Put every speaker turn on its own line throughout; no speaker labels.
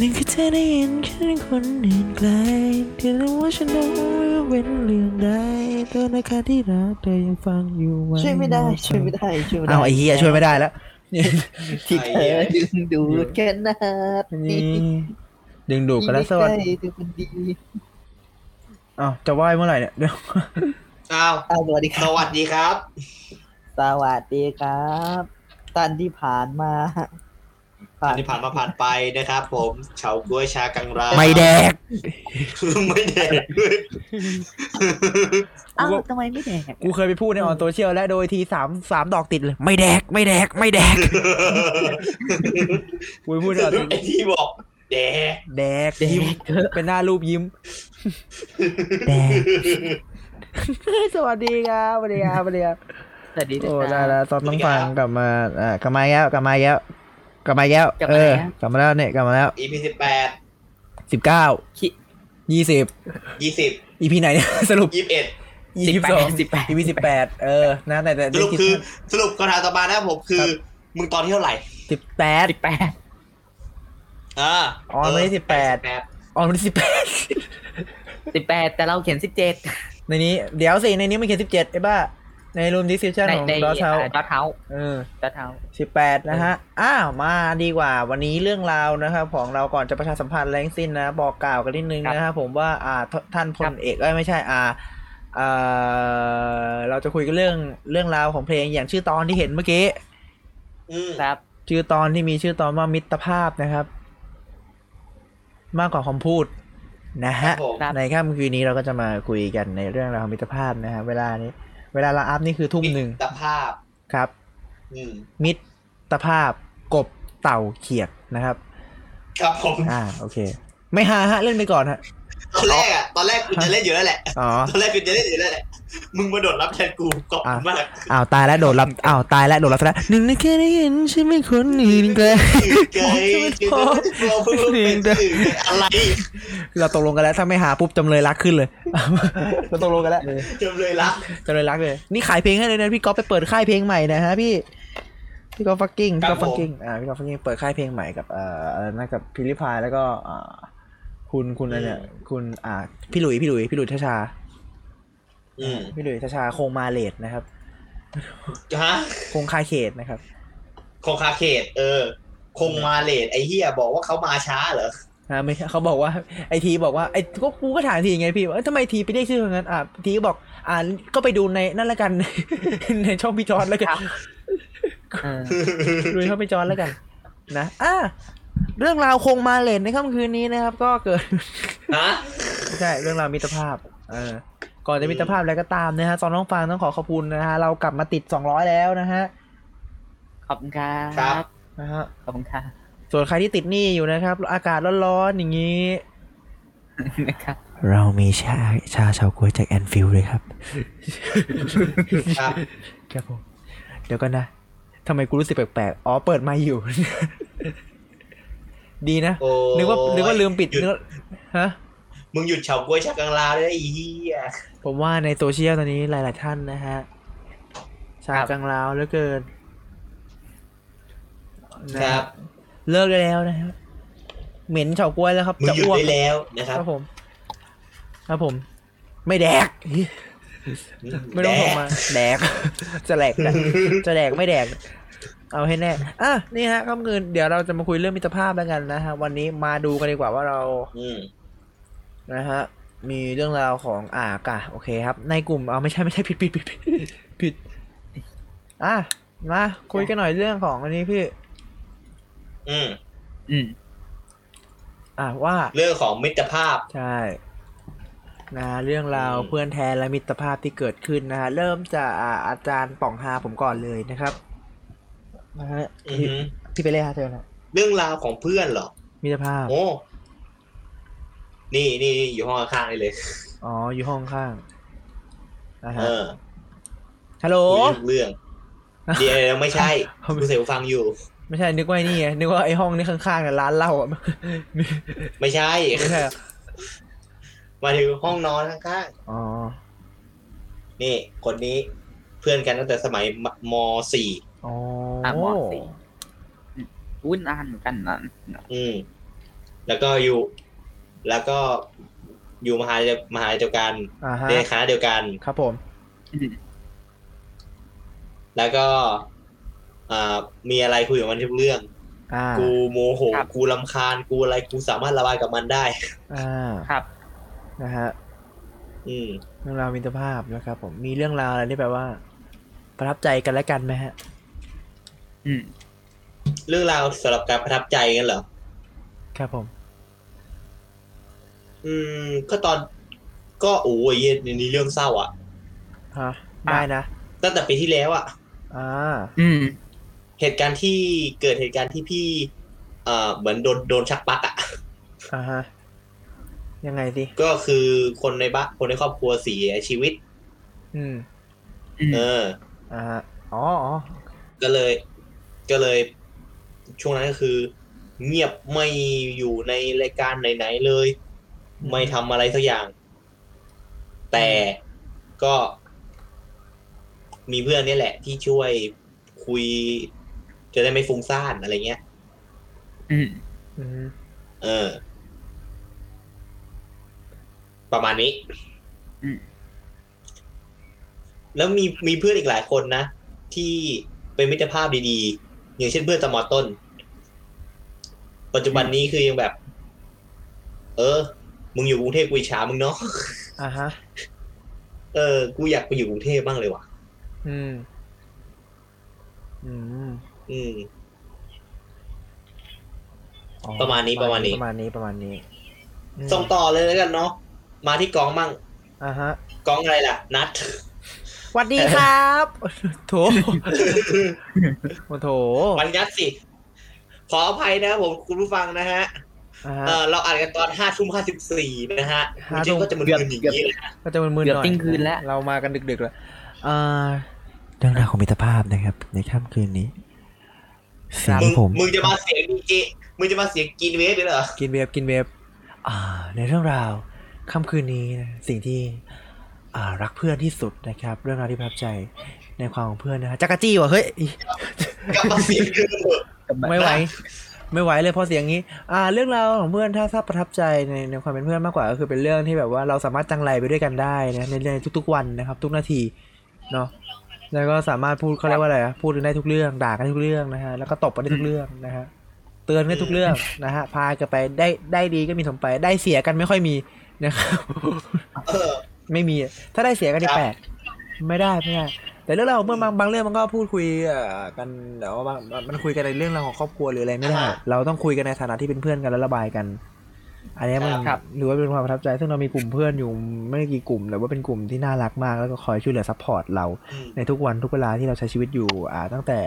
นั่นคือเธอได้เห็นแค่คนอื่นไกลที่รู้ว่าฉันรู้ว่าเป็นเรื่องใดตัวนาคาที่รักเธอยังฟังอยู่วัน
ช่วยไม่ได้ ช่วยไม่ได้ช่วยไม่ได้
เอาไอ้เหี้ยช่วยไม่ได้แล้ว
ที่เธอดึงดูดแค่นาด
นี่ดึงดูดกัน แล้วสวัสดี
ดีดูคนดี
อ้าวจะไหวเมื่อไหร่เนี่ยเดี๋ยว
อ้าว
อ่าสวัสดีค
ส
รับ
วัสดีครับ
สวัสดีครับตอนที่ผ่านมาผ่าน
ที่ผ่านมาผ่านไปนะครับ ผมเฉาก้วยชากังรา
ไม่แดก
ไม่แดก
อ้าวทำไมไม่แดก
กูเคยไปพูดในออนโซเชียลและโดยทีสามสามดอกติดเลย ไม่แดกไม่แดกไม่แด กกูไปพูดในออนโซเชียล
ไอที่บอก แดก
แดกยิ้มเป็นหน้ารูปยิ้มแดกสวัสดีครับสวัสดีครับสวัสดีครับ
สวัสดีนะ
โอ้
ค
ได้
รับ
แล้วตอนต้องฟังกลับมาอ่ากลับมาแล้วกลับมาแล้วกลับมาแล้ว
กลับมา
เออ
แล้ว
กลับมาแล้วเนี่ยกลับมาแล้ว
อีพีสิบแปด
สิบเก้ายี่สิบ
ยี่สิบ
อีพีไหนเนี่ย สรุป
ยี่สิบเอ็ด
ยี่สิบสอง
18
อีพีสิบแปดเออนะแต่แต่
สรุปคือสรุปคำถามต่อมานะครับผมคือ มึงตอนที่เท่าไหร่
สิบแปด
สิบแปด
อ่า
อ๋อไม่ได้สิบแปด
แปด
อ๋อมันสิบแปด
สิบแปดแต่เราเขียนสิบเจ็ด
ในนี้เดี๋ยวสิในนี้มันเขียนสิบเจ็ดไอ้บ้า ในรูมดิสคริปชัน
ใน
ของ
ใน
ดอเทา
ดอทเฮา
เออ
ดอทเฮา
สิบแปดนะฮะ อ้าว มาดีกว่า วันนี้เรื่องราวนะครับของเราก่อนจะประชาสัมพันธ์แรงสิ้นนะ บอกกล่าวกันนิดนึง
ครับ
นะครับผมว่าอ่าทท่านพ
ครั
ล
บ
เอกเอ้ยไม่ใช่อ่าเอ่อเราจะคุยกันเรื่องเรื่องราวของเพลงอย่างชื่อตอนที่เห็นเมื่อกี้
อืม
ครับ
ชื่อตอนที่มีชื่อตอนว่ามิตรภาพนะครับ มากกว่าคำพูดนะ
ครั
ฮะ
บผม
ในค่ำคืนนี้เราก็จะมาคุยกันในเรื่องราวของมิตรภาพนะฮะเวลานี้ เวลาเราอัพนี่คือทุ่มหนึ่ง
ตรภาพ
ครับ
อืม
มิตรภาพกบเต่าเขียดนะครับ
ครับผม
อ่าโอเค ไม่หาฮะเล่นไปก่อนฮะ
ตอนแรกอ่ะ ตอนแรกกูจะเล่นอยู่แล้วแหละ
อ๋อ
ตอนแรกกูจะเล่นอยู่แล้วแหละ มึงมาโดดรับแทนกูขอบคุณมาก
อ้าวตายแล้วโดดรับอ้าวตายแล้วโดดรับซะแล้วหนึ่งในแค่ได้เห็นฉันไม่คนอื่นไกล
เกย์เกย์ตัวเพิ่งเป็นสื่ออะไร
เราตกลงกันแล้วถ้าไม่หาปุ๊บจำเลยรักขึ้นเลยเราตกลงกันแล้ว
จำเลยละ
จำเลยรักเลย นี่ขายเพลงให้เลยนะพี่ก๊อฟไปเปิดค่ายเพลงใหม่นะฮะพี่พี่ก๊อฟฟักกิ้งพี่ก๊อฟฟักกิ้งอ่าพี่ก๊อฟฟักกิ้งเปิดค่ายเพลงใหม่กับเอ่ออะไรนะกับพิริพายแล้วก็อ่าคุณคุณอะไรเนี่ยคุณอ่าพี่หลุยพี่หลุยพี่หลุยทชา
อืม
พี่หลุยทชาคงมาเลดนะครับ
ฮะ
คงคาเขตนะครับ
คงคาเขต เออ คงมาเลทไอ้เฮียบอกว่าเขามาช้าเหรอ
ฮะไม่เขาบอกว่าไอทีบอกว่าไอก็กูก็ถามทีไงพี่ว่าเอ้ยทำไมทีไปเรียกชื่ออย่างนั้นอ่ะทีก็บอกอ่าก็ไปดูในนั่นละกัน ในช่องพี่จอนแล้วกัน
เออ
ดูในช่องพี่จอนแล้วกัน นะอ่ะเรื่องราวคงมาเลนในค่ำคืนนี้นะครับ ก็เกิด
ฮะ
ใช่เรื่องราวมิตรภาพเออก่อนจะมิตรภาพอะไรก็ตามนะฮะซอนน้องฟางต้องขอขอบคุณนะฮะเรากลับมาติดสองร้อยแล้วนะฮะ
ขอบคุณครั
ครับ
บ
นะฮะ
ขอบคุณครับ
ส่วนใครที่ติดหนี้อยู่นะครับ อากาศร้อนๆอย่างนี้
นะครับ
เรามีชาชาชาวกล้วยจากแอนฟิลเลยครับ
ครับ
ครับผมเดี๋ยวกันนะทำไมกูรู้สึกแปลกๆ อ๋อ เปิดไมาอยู่ ดีนะ
โอ้ย
นึกว่านึกว่าลืมปิด
หยุ
นึกว่าฮะ
มึงหยุดเฉาก้วยชักกังลาด้วยไอ้เฮีย
ผมว่าในโซเชียลตอนนี้หลาย ๆ ท่านนะฮะ ชา
ครับ
กังลาวเหลือเกินนะครับ เลิกได้แล้วนะฮะ เหม็นเฉากล้วยแล้วครับ
มึงห
จะ
ยุด
อ้วก
ได้แล้วนะค
ค
รั
รั
บบ
ผม ครับผม ไม่แดก ไม่ต้องส่งมา แดก จะแหลก นะจะแดกไม่แดก เอาให้แน่อ่ะนี่ฮะค่ำคืนเดี๋ยวเราจะมาคุยเรื่องมิตรภาพแล้วกันนะฮะ วันนี้มาดูกันดีกว่าว่าเรา
อืม
นะฮะ มีเรื่องราวของอ่ากะโอเคครับ ในกลุ่มเอาไม่ใช่ไม่ใช่ผิดผิดผิดผิดผิดอ่ะมาคุยกันหน่อยเรื่องของอันนี้พี่
อืม
อืม
อ่ะว่า
เรื่องของมิตรภาพ
ใช่นะฮะเรื่องราว
อืม
เพื่อนแทนและมิตรภาพที่เกิดขึ้นนะฮะเริ่มจากอ่าอาจารย์ป่องฮาผมก่อนเลยนะครับนะฮะ
อือ
ที่
หือ
ที่ไปเล่นฮาเธอนะ
เรื่องราวของเพื่อนเหรอ
มิตรภาพ
โอ้ นี่นี่นี่อยู่ห้องข้างๆนี่เลย
อ๋ออยู่ห้องข้างนะ
เอ
ฮะ
อ
ฮัลโหล
คุยทุกเรื่อง เดี๋ยวไม่ใช่
เอาไม่
กูเสียงฟังอยู่
ไม่ใช่นึกว่าไอ้นี่ไงนึกว่าไอ้ห้องนี้ข้างๆน่ะร้านเห ล้าอ่ะไม่
ไม่ใช่
ไม่ใช่อ่ะ
มาถึงห้องนอนข้าง
อ๋อ
ๆ นี่ คนนี้เพื่อนกันตั้งแต่สมัยมมสี่
อ๋อ
อ่ะมสี่ อุ้ยนานเหมือนกันนะ
อืม แล้วก็อยู่ แล้วก็อยู่มหาลัยมหาลัยเดียวกัน
อ่าฮะ
เรียนคณะเดียวกัน
ครับผม
แล้วก็อ่ามีอะไรคุยกับมันทุกเรื่อง
อ่า
กูโมโห กูลำคาญ กูอะไร กูสามารถระบายกับมันได้
อ่า
ครับ
นะฮะ
อืม
เรื่องราวมิตรภาพนะครับผมมีเรื่องราวอะไรที่แบบว่า ประทับใจกันและกันไหมฮะ
อืม
เรื่องราวสำหรับการประทับใจกันเหรอ
ครับผม
อืม ก็ตอน ก็โอ้ยเย็นนี้เรื่องเศร้าอะ
ฮะ
อ่ะ
ได้นะ
ตั้งแต่ปีที่แล้วอะ
อ่า
อืม
เหตุการณ์ที่เกิดเหตุการณ์ที่พี่ เอ่อ เหมือนโดนโดนชักปลักอะ
อ่าฮะ ยังไงสิ
ก็คือคนในบ้านคนในครอบครัวเสียชีวิต
อืม
อืม
เออ
อ่าฮะ อ๋ออ๋อ
ก็เลย ก็เลย ช่วงนั้นก็คือ เงียบไม่อยู่ในรายการไหนๆเลย ไม่ทำอะไรสักอย่าง แต่ก็มีเพื่อนเนี่ยแหละ ที่ช่วยคุย จะได้ไม่ฟุ้งซ่านอะไรเงี้ย
อืม
อืม
เออ ประมาณนี้
อืม
แล้วมีมีเพื่อนอีกหลายคนนะ ที่เป็นมิตรภาพดีๆ อย่างเช่นเพื่อนตอนมอต้น ปัจจุบันนี้คือยังแบบ เออ มึงอยู่กรุงเทพกูอิจฉามึงเนาะ
อ่าฮะ
เออ กูอยากไปอยู่กรุงเทพบ้างเลยว่ะ
อืม อืม
อืม
อ๋อ
ประมาณนี้ประมาณนี้
ประมาณนี้ ประมาณนี้อืม
ส่งต่อเลยแล้วกันเนาะ มาที่กองมั่ง
อ่าฮะ
กองอะไรล่ะ นัด
สวัสดีครับ โถโอ้โถ
วันยัดสิ ขออภัยนะครับผมคุณผู้ฟังนะฮะ
อ่าฮะ
เออเราอ่านกันตอนห้าทุ่มห้าสิบสี่นะฮะ
ห้า
จริ
ทุ่
ง
ม
ๆก็จะมึนๆอย่างนี้แหละ
ก็จะมึนๆห
เกื
น่
อบ
อย
เที่ยงคืนแล้ว
เรามากันดึกๆแล้วอ่าเรื่องราวของมิตรภาพนะครับ ในค่ำคืนนี้สิ่ง
มึง
ที่ผม
มึงจะมาเสียงดีเจมึงจะมาเสียงกินเวฟด้วยเหรอ
กินเวฟกินเวฟอ่า ในเรื่องราวค่ำคืนนี้นะสิ่งที่อ่ารักเพื่อนที่สุดนะครับ เรื่องราวที่ประทับใจในความของเพื่อนนะฮะจักรจี้ว่ะเฮ้ยอี
กลับมาเสียงเดิมเถอะ
ไม่ไหว ไม่ไหวเลยเพอเสียงนี้ อ่า เรื่องราวของเพื่อนถ้าทราบประทับใจในในความเป็นเพื่อนมากกว่าก็คือเป็นเรื่องที่แบบว่าเราสามารถจังไรไปด้วยกันได้นะในในทุก ๆ วันนะครับ ทุกนาทีเนาะแล้วก็สามารถพูดเขาเรียกว่าอะไรอะพูดกันได้ทุกเรื่องด่ากันได้ทุกเรื่องนะฮะแล้วก็ตบกันได้ทุกเรื่องนะฮะ เตือนกันทุกเรื่องนะฮะ พากันไปได้ได้ดีก็มีสมไป ได้เสียกันไม่ค่อยมีนะครับ
เออ
ไม่มีอะถ้าได้เสียกัน
ค
นี่
รับ
แปลกไม่ได้ไม่ได้ แต่เรื่องราวของเมื่อนบางบางเรื่องมันก็พูดคุยเอ่อกันแต่ว่าบางมันคุยกันในเรื่องราวของครอบครัวหรืออะไรไม่ได้ เราต้องคุยกันในฐานะที่เป็นเพื่อนกันแล้วระบายกัน อันนี้มัน
ครับ
หรือว่าเป็นความประทับใจ ซึ่งเรามีกลุ่มเพื่อนอยู่ไม่กี่กลุ่มแต่ว่าเป็นกลุ่มที่น่ารักมากแล้วก็คอยช่วยเหลือซัพพอร์ตเรา
อืม
ในทุกวันทุกเวลาที่เราใช้ชีวิตอยู่ อ่า ตั้งแต่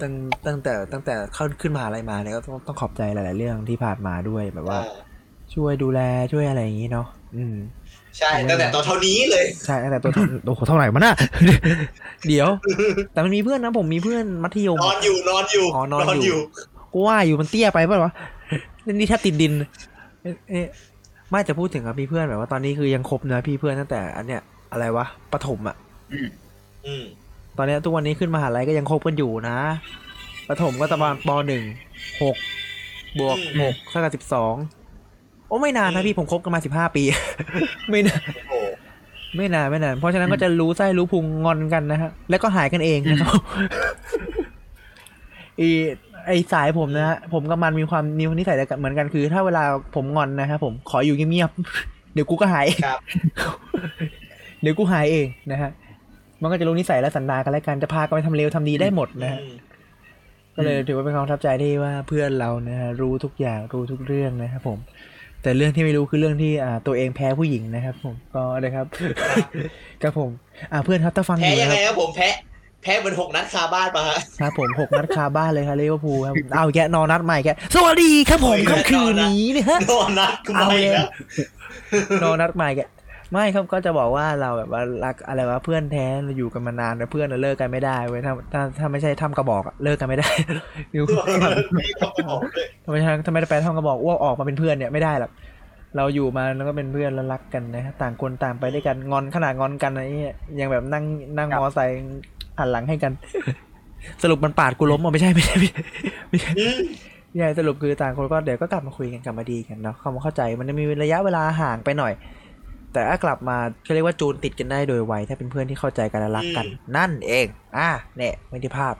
ตั้งตั้งแต่ตั้งแต่เข้าขึ้นมหาอะไรมาเนี่ยก็ต้องต้องขอบใจหลาย ๆ เรื่องที่ผ่านมาด้วยแบบว่า
เออ
ช่วยดูแลช่วยอะไรอย่างนี้เนาะอืม
ใช่ตั้งแต่ตอนเท่านี้เลย
ใช่ตั้งแต่ตัว โอ้โหเท่าไหร่มาน่ะ เดี๋ยว แต่มันมีเพื่อนนะผมมีเพื่อนมัธยม
นอนอยู่นอนอยู่
อ๋อนอนอยู่ กูว่าอยู่มันเตี้ยไปป่ะวะนี่ถ้าติดดินเอ๊ะเอ๊ะไม่จะพูดถึงครับมีเพื่อนแบบว่าตอนนี้คือยังคบนะพี่เพื่อนตั้งแต่อันเนี้ยอะไรวะปฐมอะ
อืม
อืม
ตอนเนี้ยทุกวันนี้ขึ้นมหาลัยก็ยังคบกันอยู่นะปฐมก็ประมาณปหนึ่งหกบวก
อืม
เท่ากับสิบสองโอ้ไม่นาน
อื
นะ
ม
พี่ผมคบกันมาสิบห้าปี ไม่นาน
โอ้โห
ไม่นานไม่นานเพราะฉะนั้นก็จะรู้ไส้รู้พุงงอนกันนะฮะแล้วก็หายกันเองนะครับ อีไอสายผมนะฮะผมกับมันมีความนิวนิสัยเดียวกันเหมือนกันคือ ถ้าเวลาผมงอนนะครับผมขออยู่เงียบๆ เดี๋ยวกูก็หายเอง
ครับ
เดี๋ยวกูหายเองนะฮะมันก็จะรู้นิสัยและสันดานกันแล้วกันจะพากันไปทำเลวทำดีได้หมดนะฮะ ก็เลยถือว่าเป็นความประทับใจที่ว่าเพื่อนเรานะฮะรู้ทุกอย่างรู้ทุกเรื่องนะครับผม แต่เรื่องที่ไม่รู้คือเรื่องที่อ่าตัวเองแพ้ผู้หญิงนะครับผมก็นะครับ ครับผมอ่าเพื่อนครับถ้าฟังอ
แพ้
ยู่
ยัง
นะค
ไงค
รับ
รับผมแพ้ แพ้เหมือนหกนัดคาบ้านมาฮะ
ครับผมหกนัดคาบ้านเลยครับลิเวอร์พูลครับเอาแกะนอนนัดใหม่แกะสวัสดีครับผมค่ำคืนนี้นะฮะ
โดนนัดกู
เอา
ไม่
เลย
แล้ว
โน นัดใหม่แกไม่ครับก็จะบอกว่าเราแบบว่ารักอะไรว่าเพื่อนแท้เราอยู่กันมานานแต่เพื่อนเราเลิกกันไม่ได้เว้ยถ้าถ้าถ้าไม่ใช่ทำกระบอกอะเลิกกันไม่ได้ อยู่ทำไมทำไมไปทำกระบอกอ้วกออกมาเป็นเพื่อนเนี่ยไม่ได้หรอกเราอยู่มาแล้วก็เป็นเพื่อนแล้วรักกันนะฮะต่างคนต่างไปด้วยกันงอนขนาดงอนกันนะไอ้เนี่ยยังแบบนั่งนั่งมอไซค์หันหลังให้กัน สรุปมันปาดกูล้มอ่ะไม่ใช่ไม่ใช่ไม่ใช่ไม่ใช่
อืม
ใหญ่สรุปคือต่างคนก็เดี๋ยวก็กลับมาคุยกันกลับมาดีกันเนาะความเข้าใจมันจะมีระยะเวลาห่างไปหน่อย แต่ถ้ากลับมาเขาเรียกว่าจูนติดกันได้โดยไวถ้าเป็นเพื่อนที่เข้าใจกันและรักกัน นั่นเอง อ่ะเนี่ยมิติภาพ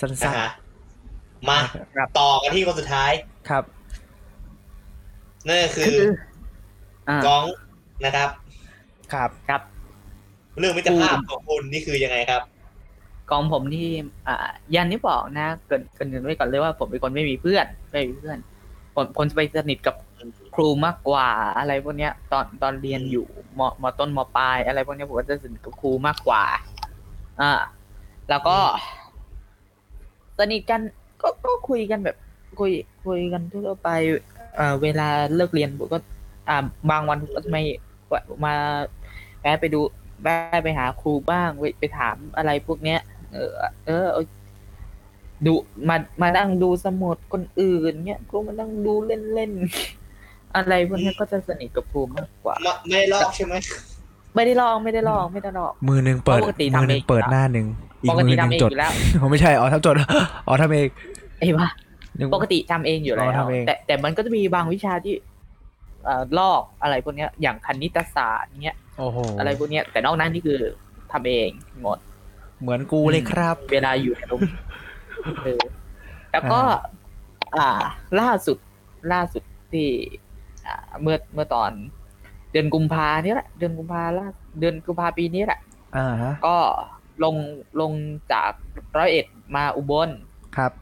สั
นะ
้น
ฮะมา
ๆครับ
ต่อกันที่คนสุดท้าย
ครับ
นั่นก็คือ
อ่า
ก้องนะครับ
ครับ
เรื่องมิตรภาพของคุณนี่คือยังไงครับ
กองผมที่อ่ายันนี่บอกนะเกรินเกรินไว้ก่อนเลยว่าผมเป็นคนไม่มีเพื่อนไม่มีเพื่อนผมคนจะไปสนิทกับครูมากกว่าอะไรพวกเนี้ย ตอนตอนเรียนอยู่มมต้นมปลายอะไรพวกเนี้ยผมก็จะสนิทกับครูมากกว่า อ่า แล้วก็สนิทกันก็ก็คุยกันแบบ คุยคุยกันทั่วๆไปเอ่อเวลาเลิกเรียนผมก็ อ่าบางวันผมก็จะไม่แวะมาแวะไปดูแวะไปหาครูบ้างไปไปถามอะไรพวกเนี้ย เออ เออเอาดูมามานั่งดูสมุดคนอื่นเนี่ยครูมานั่งดูเล่นเล่นๆ อะไรพวกเนี้ยก็จะสนิทกับครูมากกว่า
ไม่ไม่ลอกใช่ไหม
ไม่ได้ลองไม่ได้ลองไม่ได้ลอง
มือหนึ่งเปิด
ปกติทำ
มือหนึ่ง
เอง
เปิดหน้าหนึ่งอีก
ปก
มือห
ติ
นึ่
ทำ
ง
เอง
จ
อ
ด
ยู่แล้ว
ผมไม่ใช่อ๋อทำจดอ๋อทำเอง
ไอ้บ้า
นึ
ปกติทำเองอยู่แล้
อ๋อ
ว
ทำเอง
แต่แต่มันก็จะมีบางวิชาที่เอ่อลอกอะไรพวกเนี้ย อย่างคณิตศาสตร์เนี้ย
โอ้โห
อะไรพวกเนี้ย แต่นอกนั้นนี่คือทำเองหมด
เหมือนกูเลยครับ
เวลาอยู่ในโรง เออแล้วก็
อ่า
อ่า ล่าสุด ล่าสุดที่ อ่า เมื่อเมื่อตอน เดือนกุมภาเนี่ยแหละ เดือนกุมภาล่าเดือนกุมภาปีนี้แหละ
อ่าฮะ
ก็ลงลงจากร้อยเอ็ดมาอุบล
ครับ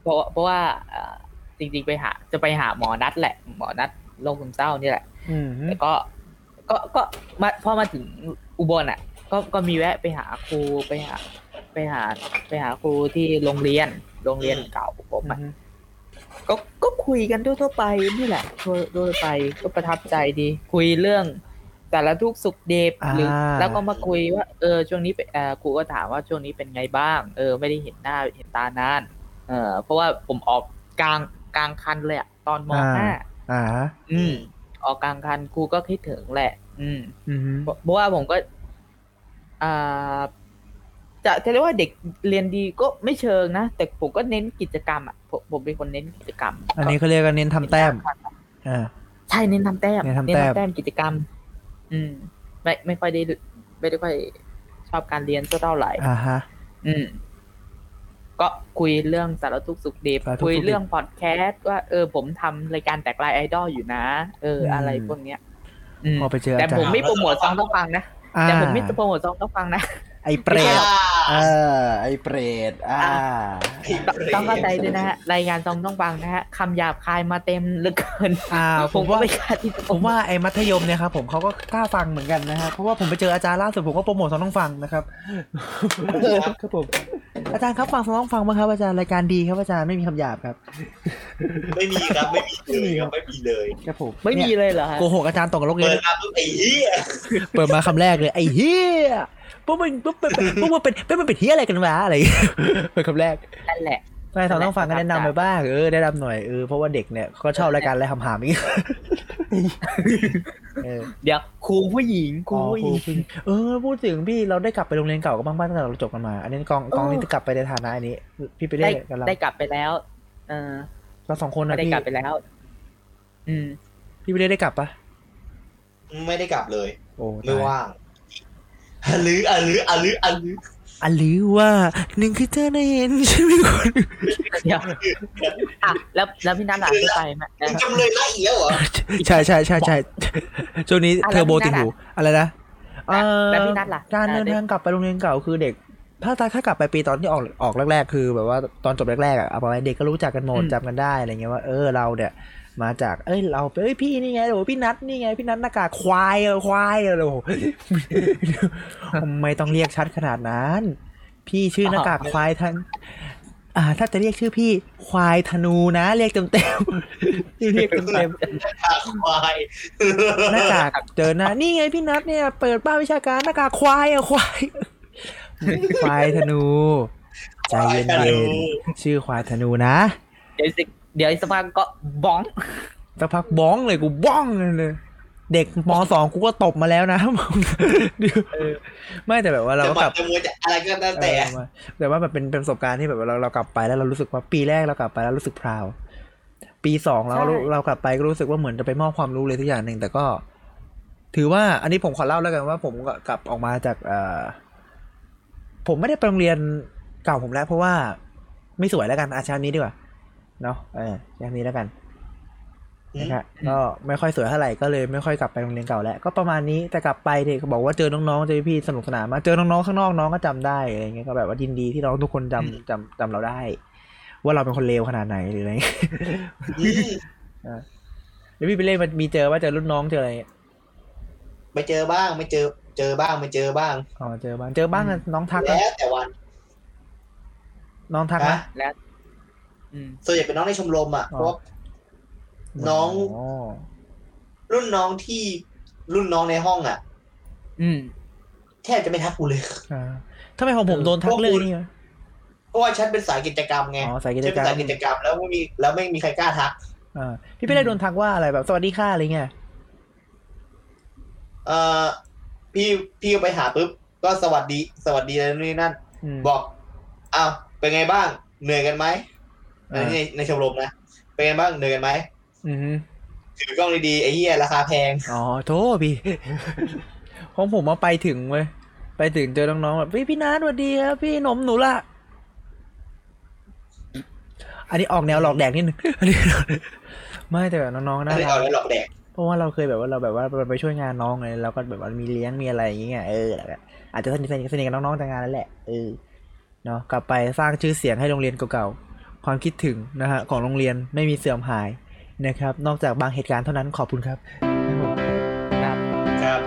เพราะเพราะว่าเอ่อจริงๆไปหาจะไปหาหมอนัดแหละ หมอนัดโรคซึมเศร้านี่แหละ
อืม
แต่ก็ก็ก็มาพอมาถึงอุบลอ่ะ ก็ก็มีแวะไปหาครูไปหา ไปหาไปหาครูที่โรงเรียนโรงเรียนเก่าผมอ่ะก็ก็คุยกันทั่วๆไปนี่แหละทั่วทั่วไปก็ประทับใจดี คุยเรื่องแต่ละทุกข์สุขเดบหรือา แล้วก็มาคุยว่า เออช่วงนี้เป็นเออครูก็ถามว่าช่วงนี้เป็นไงบ้าง เออ ไม่ได้เห็นหน้าเห็นตานานเออเพราะว่าผมออกกลางกลางคันเลยอ่ะตอนมห้า
อ่าฮะ
อืม ออกกลางคันครูก็คิดถึงแหละ อืม
อืม
เพราะเพราะว่าผมก็อ่าจะจะเรียกว่าเด็กเรียนดีก็ไม่เชิงนะ แต่ผมก็เน้นกิจกรรมอ่ะผมผมเป็นคนเน้นกิจกรรม
อันนี้เขาเรียกกันเน้นทำแต้ม อ่า
ใช่เน้นทำแต้ม
เน้นทำแต้ม
กิจกรรม อืม ไม่ไม่ค่อยได้ไม่ได้ค่อยชอบการเรียนเท่าไหร่
อ่าฮะ
อืม ก็คุยเรื่องสารทุกข์สุขดิบ
สารทุกข์สุขดิบ
คุยเรื่องพอดแคสต์ว่าเออผมทำรายการแตกลายไอดอลอยู่นะ เออ อะไร
อืม
พวกเนี้ย อืม
พอไปเจอ
แต่
อาจาร
ผม
ย์
ไม่โปรโมทซองต้องฟังนะ
อ่า
แต่ผมไม่โปรโมทซองต้องฟังนะ
ไอเปรตเออ ไอเปรตอ่า
ต้องเข้าใจด้วยนะฮะรายงานต้องต้องฟังนะฮะคำหยาบคายมาเต็มเหลือเกิน
อ่า ผ
ผมมก็
ว่า
ไม่กล้าที่จะ
ผมว่าไอมัธยมเนี่ยครับผมเขาก็กล้าฟังเหมือนกันนะครับเพราะว่าผมไปเจออาจารย์ล่าสุดผมก็โปรโมทสองต้องฟังนะครับ ครับผม อาจารย์ครับฟังสองต้องฟังบ้างครับอาจารย์รายการดีครับอาจารย์ไม่มีคำหยาบครับ
ไม่มีครับไม่มีเลยครับไม่มีเลย
ครับผม
ไม่มี
เนี่ย
เลยเหรอฮะ
โกหกอาจารย์ตกนรกเล
เปิ
ย
ดมาปุ๊บไอ้เหี้ย
เปิดมาคำแรกเลยไอ้เฮียพวกมึงพวกมึงพวกมึงเป็นพวกมึงเป็นเฮียอะไรกันวะอะไรอย่างเงี้ยเปิดคำแรก
นั่นแหละ
ใช่สองต้องฟังกันแนะนำไปบ้างเออแนะนำหน่อยเออเพราะว่าเด็กเนี่ยเขาชอบรายการอะไรหำหามอีกเออ
เดี๋ยวครูผู้หญิงครูผู้หญิง
เออพูดถึงพี่เราได้กลับไปโรงเรียนเก่ากันบ้างบ้างตั้งแต่เราจบกันมา อันนี้กองกองนี้
เออ
กลับไปในฐานะอันนี้ พี่ไปได้
ได้
กันเรา
ได้กลับไปแล้ว เออ
เราสองคนนะ
ได้
พี่
กลับไปแล้ว อืม
พี่ไปได้ได้กลับปะ
ไม่ได้กลับเลย
โอ้
ไม่
ตาย
ว่างอะลืออะลืออะลืออะลือ
อันหรือว่าหนึ่งคือเธอได้เห็นฉันเป็นคน
เดี๋ยวอ่ะแล้วแล้วพี่นัทหลานได้ไปไหมเออ
จำเลยละเอียดเหรอ
ใช่ใช่ใช่ใช่ช่วงนี้
อ่ะ
เทอ
แล้ว
ร์โบ
พี่
ติด
นัท
หู
อะ
อะไรนะ
แล้วแล้วพี่นัทล่ะ
การเดินทางกลับไปโรงเรียนเก่าคือเด็ก ถ้าถ้าถ้ากลับไปปีตอนที่ออกออกแรกๆ คือ แบบว่าตอนจบแรกๆอ่ะเอาไปไว้เด็กก็รู้จักกันหมด
อืม
จำกันได้อะไรเงี้ยว่าเออเราเนี่ย มาจากเอ้ยเราเอ้ยพี่นี่ไงโอ้พี่นัทนี่ไงพี่นัทหน้ากากควายเออควายเออโอ้โห ทำไม่ต้องเรียกชัดขนาดนั้น พี่ชื่อหน้ากากควายทันอ่า ถ้าจะเรียกชื่อพี่ควายธนูนะ เรียกเต็มเต็มๆ นี่เรียกเต็มเต็มๆ
ควาย
หน้ากากเจอหน้านี่ไงพี่นัทเนี่ยเปิดบ้านวิชาการหน้ากากควายอะควาย ควายธนู ใจเย็
ควายธนู
นๆชื่อควายธนูนะ
เดี๋ยวสิเดี๋ยวอีกสักพักก็บ้อง
สักพักบ้องเลยกูบ้องเลยเด็กมสองกูก็ตบมาแล้วนะ เดี๋ยวไม่แต่แบบว่าเรา
จะ
ก็
หมัด
กลับ
จะมวยจะอะไรก็แล้วแต่
เออมาแต่ว่าแบบเป็นเป็นประสบการณ์ที่แบบว่าเราเรากลับไปแล้วเรารู้สึกว่าปีแรกเรากลับไปแล้วรู้สึกพราว ปีสองเราก็รู้
ใช่
เรากลับไปก็รู้สึกว่าเหมือนจะไปมอบความรู้เลยทุกอย่างหนึ่งแต่ก็ ถือว่าอันนี้ผมขอเล่าแล้วกันว่าผมก็กลับออกมาจากเอ่อผมไม่ได้ไปโรงเรียนเก่าผมแล้ว เพราะว่าไม่สวยแล้วกันอาชามนี้ดีกว่าเนาะเออชามนี้แล้วกัน
อืม
นะครับก็ไม่ค่อยสวยเท่าไหร่ก็เลยไม่ค่อยกลับไปโรงเรียนเก่าแล้วก็ประมาณนี้แต่กลับไปเด็กก็บอกว่าเจอน้องๆเจอพี่สนุกสนานมากเจอน้องๆข้างนอกน้องก็จำได้อะไรเงี้ยก็แบบว่ายินดีที่น้องทุกคนจำจำจำเราได้ ว่าเราเป็นคนเลวขนาดไหนหรืออะไรเงี้ย
อืม
แล้วพี่ไปเล่นมันมีเจอว่าเจอรุ่นน้องเจออะไรเนี่ย
ไม่เจอบ้างไม่เจอ เจอบ้างไม่เจอบ้าง
อ๋อเจอบ้างเจอบ้างอะน้องทักอะ
แล้วแต่วัน
น้องทักนะ
นะ
อืม
ส่วนใหญ่เป็นน้องในชมรมอ่ะ
อ๋อ
เพราะว่า น้อง
อ๋อ
รุ่นน้องที่รุ่นน้องในห้องอ่ะ
อืม
แทบจะไม่ทักกูเลย
อ่าทำไมของผมโดนทักเรื่องนี้วะ
เพราะว่าฉันเป็นสายกิจกรรมไง
อ๋อสายกิจ
ฉัน
กร
เป็น
รม
สายกิจกรรมแล้วไม่มีแล้วไม่มีใครกล้าทัก
อ่าพี่ไปเล่นโดนทักว่าอะไรแบบ สวัสดีค่ะอะไรเงี้ย
เอ่อพี่พี่ไปหาปุ๊บก็สวัสดี สวัสดีอะไรนู่นนี่นั่น
ม
บอกอ้าวเป็นไงบ้าง เหนื่อยกันไหมใน
อ่า
ในในชมรมนะเป็นไงบ้างเหนื่อยกันไหม
อือฮึ
ถือกล้องดีๆไอ้เหี้ยราคาแพง
อ๋อโทษ พี่ ของผมมาไปถึงเว้ยไปถึงเจอน้องๆแบบพี่พี่นัทสวัสดีครับพี่หนมหนูละอันนี้ออกแนวหลอกแดกนิดนึง อันนี้ไม่แต่แบบน้องๆน่า
ไม่ได้
รัก
เอาแล้วหลอกแดก
เพราะว่าเราเคยแบบว่าเราแบบว่าไปช่วยงานน้องไงเราก็แบบว่ามีเลี้ยงมีอะไรอย่างเงี้ยเออแล้วก็อาจจะสนิทสนิทสนิทกับน้องๆจากงานนั่นแหละเออเนาะกลับไปสร้างชื่อเสียงให้โรงเรียนเก่าๆความคิดถึงนะฮะของโรงเรียนไม่มีเสื่อมหายนะครับ นอกจากบางเหตุการณ์เท่านั้นขอบคุณครับ
ครับ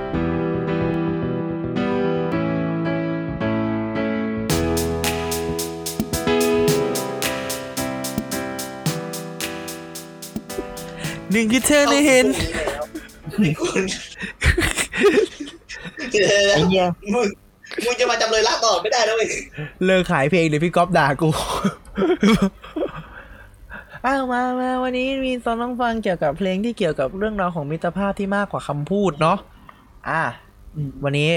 หนึ่งคือเธอได้เห็น
คุณ เจอแล้ว
ไอ้เหี้ย
มึงมึงจะมาจำเลยรักตลอดไม่ได้นะเว้ย
เลิกขายเพลงเดี๋ยวพี่ก๊อฟด่า กู อ้าวมามาวันนี้มีตอนต้องฟังเกี่ยวกับเพลงที่เกี่ยวกับเรื่องราวของมิตรภาพที่มากกว่าคำพูดเนาะ อ่ะ
อืม
วันนี้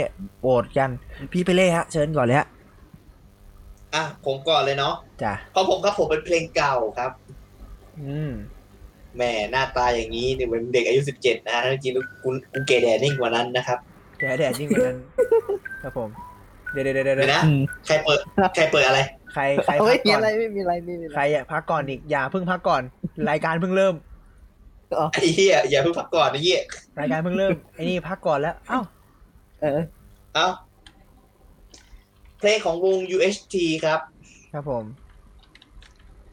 โอดกัน พี่ไปเล่ฮะ เชิญก่อนเลยฮะ
อ่ะผมก่อนเลยเนาะ
จ้ะ
เพราะผมครับผมเป็นเพลงเก่าครับ
อืม
แหมหน้าตาอย่างนี้เนี่ยเป็นเด็กอายุสิบเจ็ดนะฮะจริงๆกูกูเกย์แดนนิ่งกว่านั้นนะครับ
แดดแดดยิ่งกว่า นั้น ครับผม เดี๋ยวเดี๋ยวเดี๋ยว
เดี๋ยวนะ
อืม
ใครเปิดใครเปิดอะไร
ใครใคร
เฮ้ย
พัก
มี
ก่อ
อะไร
น
ไม่มีอะไรไม่มีอะ
ใค
ไร
รอ่ะพักก่อนอีกอย่าเพิ่งพักก่อน รายการเพิ่งเริ่ม
ไอ้เหี้ยอย่าเพิ่งพักก่อนไอ้เหี้ย
รายการเพิ่งเริ่มไอ้นี่พักก่อนแล้วอ้าว
เออ
เอ้าเพลงของวง UHT ครับ
ครับผม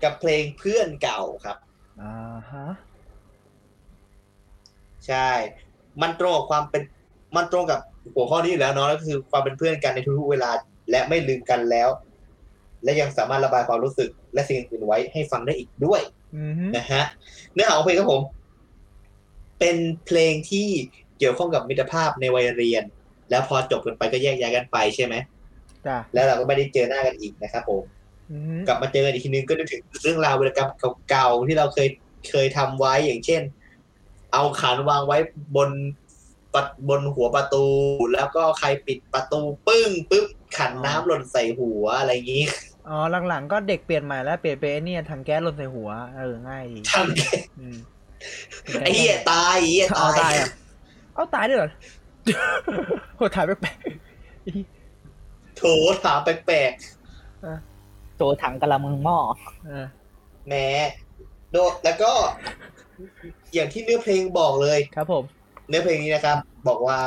กับเพลงเพื่อนเก่าครับ
อ่าฮะ
ใช่ มันตรงกับความเป็น มันตรงกับหัวข้อนี้อยู่แล้วเนาะ ก็คือความเป็นเพื่อนกันในทุกๆเวลา และไม่ลืมกันแล้ว และยังสามารถระบายความรู้สึก และสิ่งอื่นๆไว้ให้ฟังได้อีกด้วย
อือฮึ
นะฮะ เนื้อหาของเพลงครับผม เป็นเพลงที่เกี่ยวข้องกับมิตรภาพในวัยเรียน แล้วพอจบกันไปก็แยกย้ายกันไปใช่ไหม
จ้ะ
แล้วเราก็ไม่ได้เจอหน้ากันอีกนะครับผม
อือฮึ
กลับมาเจอกันอีกทีนึงก็นึกถึงเรื่องราววรรกรรมเก่าๆที่เราเคยเคยทำไว้อย่างเช่น เอาขานวางไว้บนปะบนหัวประตู แล้วก็ใครปิดประตูปึ้งปึ๊บขันน้ำหล่นใส่หัวอะไรอย่างนี้
อ๋อหลังๆก็เด็กเปลี่ยนใหม่แล้วเปลี่ยนไปไอ้เนี่ยถังแก๊สลนใส่หัวเออง่ายดี
ทำแค่
อืม
ไอ้เหี้ยตายไอ้เหี้ย
เอา
ตาย
ตายอ่ะเอาตายด้วยเหรอ โหถ่ายไปแปลก
โถถามแปลก
โตถังกะละมังหม้อ
ๆเออ
ๆแหมโดแล้วก็ อย่างที่เนื้อเพลงบอกเลย
ครับผม
เนื้อเพลงนี้นะครับ บอกว่า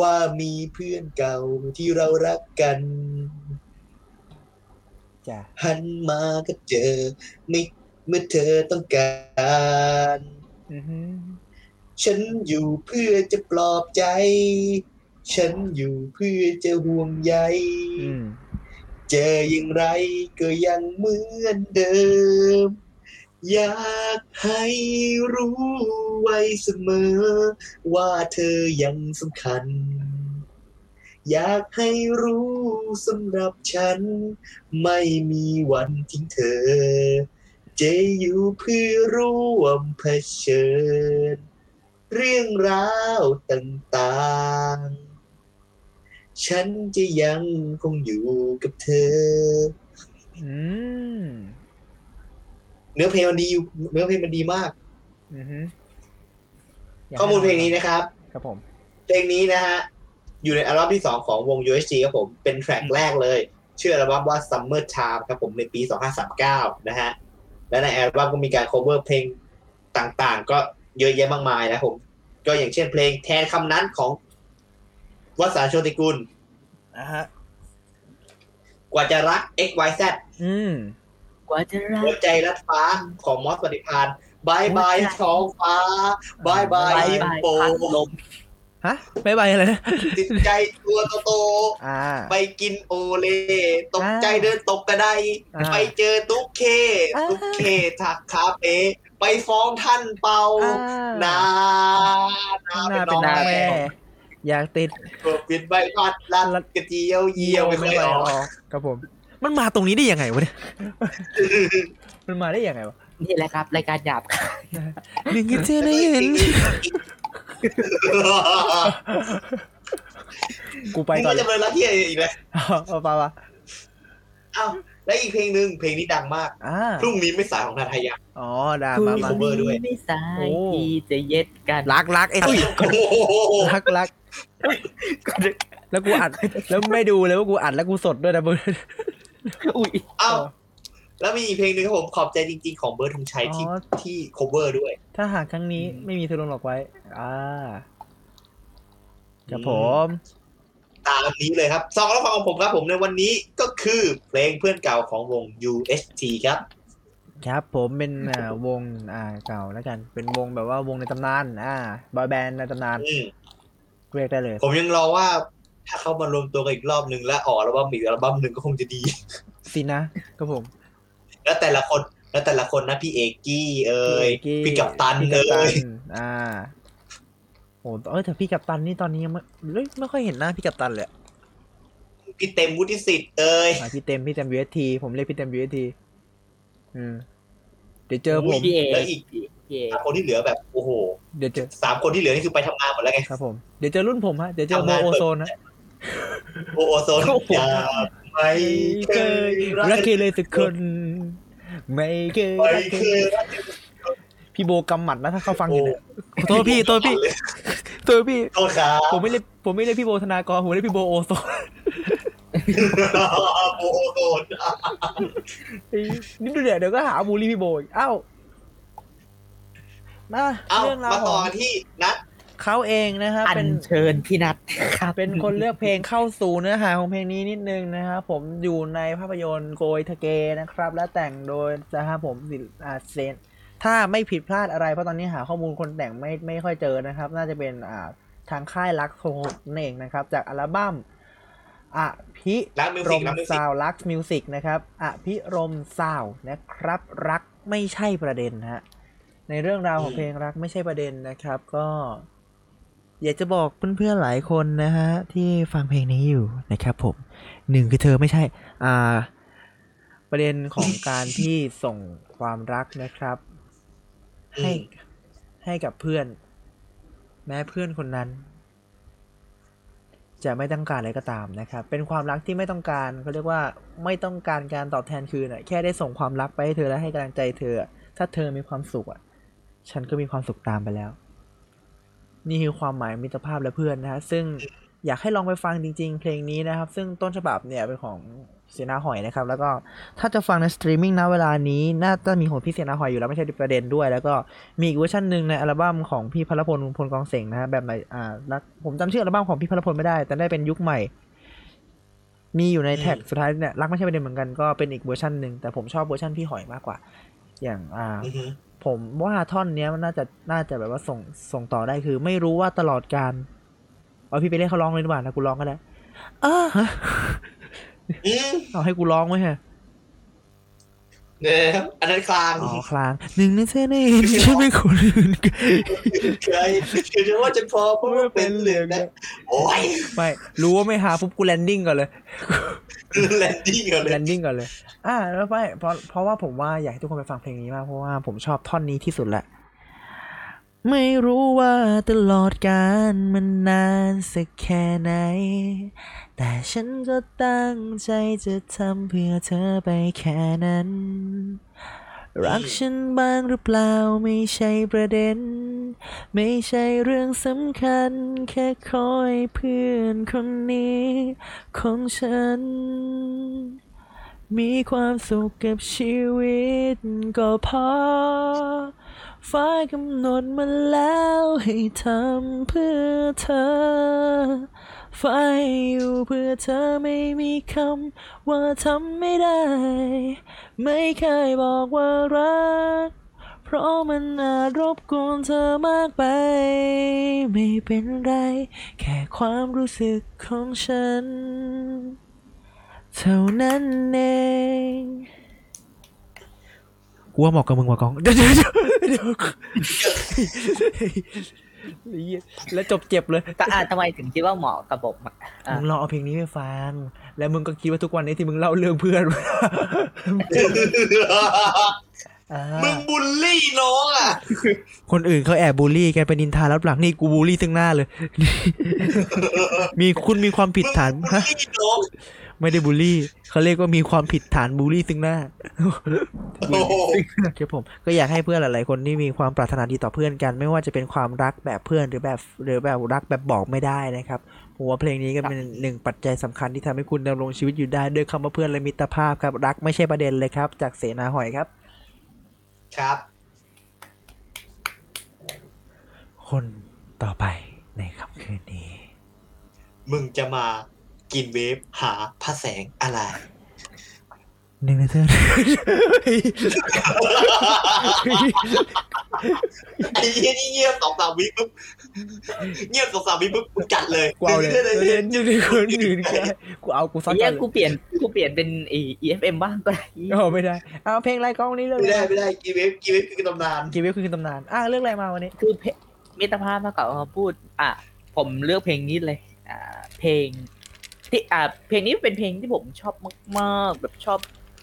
ว่ามีเพื่อนเก่าที่เรารักกัน
จ้ะ
หันมาก็เจอ ไม่เมื่อเธอต้องการ
อือฮึ
ฉันอยู่เพื่อจะปลอบใจ ฉันอยู่เพื่อจะห่วงใย
อืม
เจออย่างไรก็ยังเหมือนเดิม อยากให้รู้ไว้เสมอ ว่าเธอยังสำคัญ อยากให้รู้สำหรับฉัน ไม่มีวันทิ้งเธอ จะอยู่เพื่อร่วมเผชิญ เรื่องราวต่างๆ ฉันจะยังคงอยู่กับเธอ
อืม
เนื้อเพลงมันดีอยู่เนื้อเพลงมันดีมาก
อือฮึ
ข้อมูลเพลงนี้นะครับ
ครับผม
เพลงนี้นะฮะ อยู่ในอัลบั้มที่ 2 ของวง USG ครับผม เป็นแทร็กแรกเลย ชื่ออัลบั้มว่า Summer Time ครับผมในปี 2539 นะฮะ และในอัลบั้มก็มีการ cover เพลงต่างๆ ก็เยอะแยะมากมายนะครับผม ก็อย่างเช่นเพลงแทนคำนั้นของวสาโชติกุล
อ่ะฮะ
กว่าจะรัก XYZ
อืม
กว่าจะรั
หัว
ก
ใจรัดฟ้าของมอสปฏิพานบายบาย
หัวใจ
ท้องฟ้าบายบาย
ไป
ยิม
บาย
โป
พัดลม
ฮะบายบายอะไรนะ
ติดใจตัวโต
อ่า
ๆไปกินโอเล่ตกใจเดินตกกระได
อ่า
ไปเจอตุ๊กเค
อ่า
ตุ๊กเคทักคาเฟ่ไปฟ้องท่านเปา
อ่า
นานา
ห
เป็
น้าน
น้
เป็น
อง
หน้า
แม่
แม่ อยากติด
ตัวปิดใบพัดลัดกระเจียวเยี่ยวไม่ค่อยออก
ครับผม มันมาตรงนี้ได้ยังไงวะเนี่ย มันมาได้ยังไงวะ
นี่แหละครับรายการหยาบครับ
หนึ่งกินเจอได้เห็น กูไป
ไป
ก่
ต่
อ
อน นจะเล
เลย
ยรักเฮียอีกไหม
เอาไปวะ
อ้าวและอีกเพลงหนึ่งเพลงนี้ดังมาก
อ่า
พรุ่งนี้ไม่สายของทาทายา
อ๋อด่ามามา
เบอร์ด้วย
ไม่สาย
โอ้
ที่จะเย็ดกัน
รักรักไอ้ตุ้ย
โอ้โห
รักรัก แล้วกูอัด แล้วไม่ดูเลยว่ากูอัดแล้วกูสดด้วยนะมึง
อุ้ย
เอ้าแล้วมีอีกเพลงหนึ่งครับผมขอบใจจริงๆ ของเบิร์ดธงชัยที่
อ๋อ
ที่ cover ด้วย
ถ้าหากครั้งนี้ไม่มีเธอลงหลอกไว้ อ่าครับผม
ตามนี้เลยครับสองรับฟังของผมครับผมในวันนี้ก็คือเพลงเพื่อนเก่าของวง UST ครับ
ครับผมเป็นอ่าวงอ่าเก่าแล้วกัน เป็นวงแบบว่าวงในตำนาน อ่า บอยแบนด์ในตำนาน
อืม
เรียกได้เลย
ผมยังรอว่าถ้าเขามารวมตัวกันอีกรอบหนึ่งและออกอัลบั้มอีกอัลบั้มหนึ่งก็คงจะดี
สินะครับผม
แล้วแต่ละคนแล้วแต่ละคนนะพี่เอกกี้เอ่ย
พี่เอกกี้
พี่กัปตัน
พี่กั
เอ่
ปตัน
ย
อ่าโอ้เอ้ยแต่พี่กัปตันนี่ตอนนี้ยังไม่เอ้ยไม่ค่อยเห็นหน้าพี่กัปตันเลย
พี่เต็มวุฒิสิทธิ์เอ่ย
อ่ะพี่เต็มพี่เต็มวีเอทีผมเรียกพี่เต็มวีเอทีอืม เดี๋ยวเจอผม
พี่เอก
แล้วอีก
เย่
สามคนที่เหลือแบบโอ้โห
เดี๋ยวเจอ
สามคนที่เหลือนี่คือไปทำงานหมดแล้วไง
ครับผม เดี๋ยวเจอรุ่นผมฮะ เดี๋ยวเจอโบ
ทำงาน
โอโซนฮะ
โอโอโซน
โอ้โห
อย่าไม่เคย
รั
รั
ก
ก
เคยเลยสักคน ไม่เคย
ไม่
รัก
เค
เคย
ยรัก
พี่โบกำหมัดนะถ้าเขาฟังอ
โอ้
ยู่เนี่ยขอโทษพี่โทษพี่ โทษพี่
โทษครับ
ผมไม่เรียกผมไม่เรียกพี่โบธนากรผมเรียกพี่โบโอโซน
โอโอโซน
นี่ดูเดี๋ยวเดี๋ยวก็หาบูลลี่พี่โบอีกเอ้ามา
เอ้า
เรื่องราว
มา
ข
ต่อ
อง
กันที่นัด
เขาเองนะฮะ
อั
เป็
ญ
น
เชิญพี่นัทครับ
เป็นคนเลือกเพลงเข้าสู่เนื้อหาของเพลงนี้นิดนึงนะครับผมอยู่ในภาพยนตร์โกยทะเกนะครับ และแต่งโดยนะครับผมศิลป์อาเซนถ้าไม่ผิดพลาดอะไรเพราะตอนนี้หาข้อมูลคนแต่งไม่ไม่ค่อยเจอนะครับ น่าจะเป็นอ่าทางค่ายรักโทนั่นเองนะครับ จากอัลบั้มอภิ
นัดมิว
ร
สิก
ม
นัดมิวสิก
ซาวรักมิวสิกนะครับอภิรมซาวนะครับ รักไม่ใช่ประเด็นฮะในเรื่องราวของเพลงรักไม่ใช่ประเด็นนะครับ ก็ อยากจะบอกเพื่อนๆหลายคนนะฮะ ที่ฟังเพลงนี้อยู่นะครับผมหนึ่งคือเธอไม่ใช่ อ่า ประเด็นของการที่ส่งความรักนะครับ ให้ให้กับเพื่อน แม้เพื่อนคนนั้น จะไม่ต้องการอะไรก็ตามนะครับ เป็นความรักที่ไม่ต้องการเขาเรียกว่าไม่ต้องการการตอบแทนคืนอะแค่ได้ส่งความรักไปให้เธอและให้กำลังใจเธออะถ้าเธอมีความสุขอ่ะ ฉันก็มีความสุขตามไปแล้ว นี่คือความหมายมิตรภาพและเพื่อนนะฮะซึ่งอยากให้ลองไปฟังจริง ๆ เพลงนี้นะครับ ซึ่งต้นฉบับเนี่ยเป็นของ เสียนาหอยนะครับ แล้วก็ถ้าจะฟังในสตรีมมิ่งนะเวลานี้ น่าจะมีของพี่เสียนาหอยอยู่แล้วไม่ใช่ประเด็นด้วย แล้วก็มีอีกเวอร์ชันหนึ่งในอัลบั้มของพี่พลพลพลกองเสงนะฮะแบบไหนอ่ารักผมจำชื่ออัลบั้มของพี่พลพลไม่ได้ แต่ได้เป็นยุคใหม่ มีอยู่ในแท็กสุดท้ายเนี่ยรักไม่ใช่ประเด็นเหมือนกันก็เป็นอีกเวอร์ชันหนึ่งแต่ผมชอบเวอร์ชันพี่หอยมากกว่า อย่างอ่า
อือฮึ
ผมว่าท่อนเนี้ยมันน่าจะน่าจะแบบว่าส่งส่งต่อได้คือ ไม่รู้ว่าตลอดการเอาพี่ไปเล่นเขาร้องเลยดีกว่านะกูร้องก็ได้เออ
อืม
เอาให้กูร้องไว้ฮะ
เนี่ยอันนั้นกลาง
อ๋อคลางหนึ่งในเส้นเองใช่ไหมคนอื่น
เคยคือจะว่าจะพอเพราะว่าเป็นเหลืองนะโอ้ย
ไม่รู้ว่าไม่หาปุ๊บกูแลนดิ้งก่อนเลย
แลนดิ้งกันเล
แล
ย
นดิ้งก่อนเลย อ่าแล้วไม่เพราะเพราะว่าผมว่าอยากให้ทุกคนไปฟังเพลงนี้มากเพราะว่าผมชอบท่อนนี้ที่สุดแหละ ไม่รู้ว่าตลอดการมันนานสักแค่ไหน แต่ฉันก็ตั้งใจจะทำเพื่อเธอไปแค่นั้น รักฉันบ้างหรือเปล่าไม่ใช่ประเด็น ไม่ใช่เรื่องสำคัญ แค่คอยเพื่อนคนนี้ ของฉัน มีความสุขกับชีวิตก็พอ ฟ้ากำหนดมาแล้วให้ทำเพื่อเธอ ฟ้าอยู่เพื่อเธอไม่มีคำว่าทำไม่ได้ ไม่เคยบอกว่ารัก เพราะมันอาจรบกวนเธอมากไป ไม่เป็นไร แค่ความรู้สึกของฉัน เท่านั้นเองกูว่าเหมาะกับมึงกว่ากอง เดี๋ยวเดี๋ยวเดี๋ยวแล้วจบเจ็บเลย
แต่อ่ะทำไมถึงคิดว่าเหมาะกับผมอะอ่ะ
มึงลองเอาเพลงนี้ไปฟัง แล้วมึงก็คิดว่าทุกวันนี้ที่มึงเล่าเรื่องเพื่อน อ่า
มึงบูลลี่น้องอ่ะ
คนอื่นเขาแอบบูลลี่แกไปนินทารับหลังนี่กูบูลลี่ซึ่งหน้าเลย มีคุณมีความผิดฐานฮะ
ไม่ได้ร้อง
ไม่ได้บูลลี่เขาเรียกว่ามีความผิดฐานบูลลี่ซึ่งหน้า
โอ้โห
ครับผมก็อยากให้เพื่อนหลาย ๆ คนที่มีความปรารถนาดีต่อเพื่อนกัน ไม่ว่าจะเป็นความรักแบบเพื่อนหรือแบบหรือแบบรักแบบบอกไม่ได้นะครับผมว่าเพลงนี้ก็เป็นหนึ่งปัจจัยสำคัญที่ทำให้คุณดำรงชีวิตอยู่ได้ด้วยคำว่าเพื่อนและมิตรภาพครับรักไม่ใช่ประเด็นเลยครับ จากเสนาหอยครับ
ครับ
คนต่อไปในค่ำคืนนี้
มึงจะมากินเวฟหาพระแสงอะไร
หนึ่งในเธอ
ไอ้เหี้ยนี่เงียบสองสามวิปุ๊บเงียบสองสามวิปุ๊บมึงจัดเลย
กูเอาเลย
รื่ๆ
เล่นอยู่ในคนอื่นกันกูเอากูซ้อน
เนี
กั
ย
นเล
กู
ย
เปลี่ยนกูเปลี่ยนเป็นไอ้ EFM บ้างก็ได้
โอ้ไม่ได้เอาเพลงไรกล้องนี้เรื่อง
ไม่
อะ
ได้
ไร
ไม่ได้กินเวฟกินเวฟคือตำนาน
กีวิวคือตำนานอ่ะเรื่องอะไรมาวันนี้
คือเพมิตรภาพมากกว่าคำพูด อ่ะ ผมเลือกเพลงนี้เลยอ่าเพลงที่อ่าเพลงนี้เป็นเพลงที่ผมชอบมากๆ แบบชอบ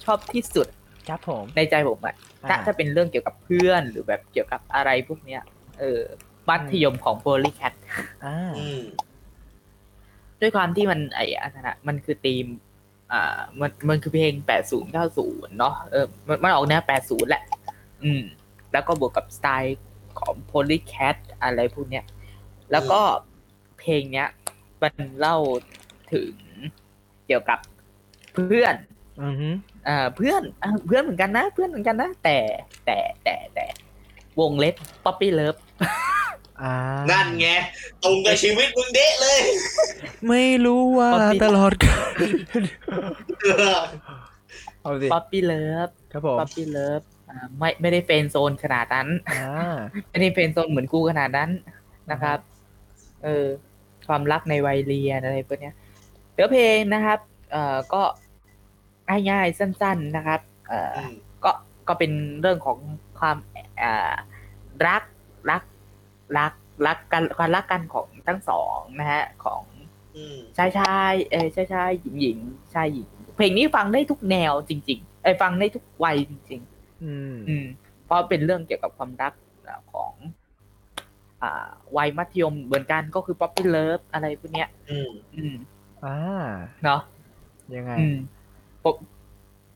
ชอบที่สุด
ครับผม
ในใจผมอ่ะถ้า
อ่ะ
ถ้าเป็นเรื่องเกี่ยวกับเพื่อนหรือแบบเกี่ยวกับอะไรพวกเนี้ยเออมัธยมของโพลีแคท
อ่า
อืม
ด้วยความที่มันไอ้อันนั้นอะมันคือธีม อ่า มัน มันคือเพลง 80 90 เนอะเออ มัน มันออกแนว80 แหละ อืม แล้วก็บวกกับสไตล์ของ Polycat อะไรพวกเนี้ย แล้วก็เพลงเนี้ย มันเล่าถึงเกี่ยวกับเพื่อน
อือหือ
เอ่อเพื่อนอ่ะเพื่อนเหมือนกันนะ เพื่อนเหมือนกันนะ แต่แต่แต่แต่วงเล็บ Poppy Love
อ่า
นั่นไงตรงกับชีวิตมึงเดะเลย
ไม่รู้ว่า
ปกติ
ตลอดกาล
เออ
เอาสิ
Poppy Love
ครับผม
Poppy Love อ่าไม่ ไม่ได้เป็นโซนขนาดนั้น
อ่า
ไม่ได้เป็นโซนเหมือนกูขนาดนั้นนะครับ เออ ความรักในวัยเรียนอะไรพวกเนี้ยเนื้อเพลงนะครับ เอ่อ ก็ง่ายๆสั้น ๆนะครับ เอ่อ
อืม
ก็ ก็เป็นเรื่องของความเอ่อรัก รัก รัก รักกัน ความรักกันของทั้งสองนะฮะ ของ
อืม
ชายชายเออชายชายหญิงหญิงชายหญิง เพลงนี้ฟังได้ทุกแนวจริงๆเอยฟังได้ทุกวัยจริง ๆ
อืม
อืมเพราะเป็นเรื่องเกี่ยวกับความรักอ่าของ อ่า วัยมัธยมเหมือนกันก็คือป๊อปปี้เลิฟอะไรพวกเนี้ย
อืม
อืม
อ่า
เนาะ
ยังไง
อืมผม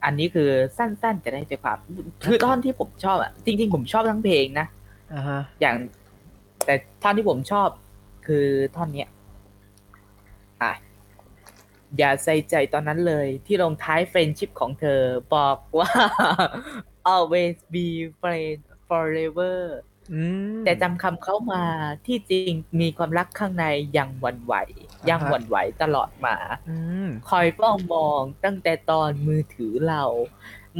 อันนี้คือสั้นๆจะได้ใจความคือท่อนที่ผมชอบอ่ะจริงๆผมชอบทั้งเพลงนะ
อ่าฮะ
อย่าง แต่ท่อนที่ผมชอบคือท่อนเนี้ยอ่ะ อย่าใส่ใจตอนนั้นเลย ที่ลงท้ายเฟรนชิ p ของเธอ บอกว่า always be friend forever
อืม
แต่จำคำเขามาที่จริงมีความรักข้างในยังหวั่นไหว ยัง
อ่าฮะ
หวั่นไหวตลอดมา
อืม
คอยเฝ้ามองตั้งแต่ตอนมือถือเรา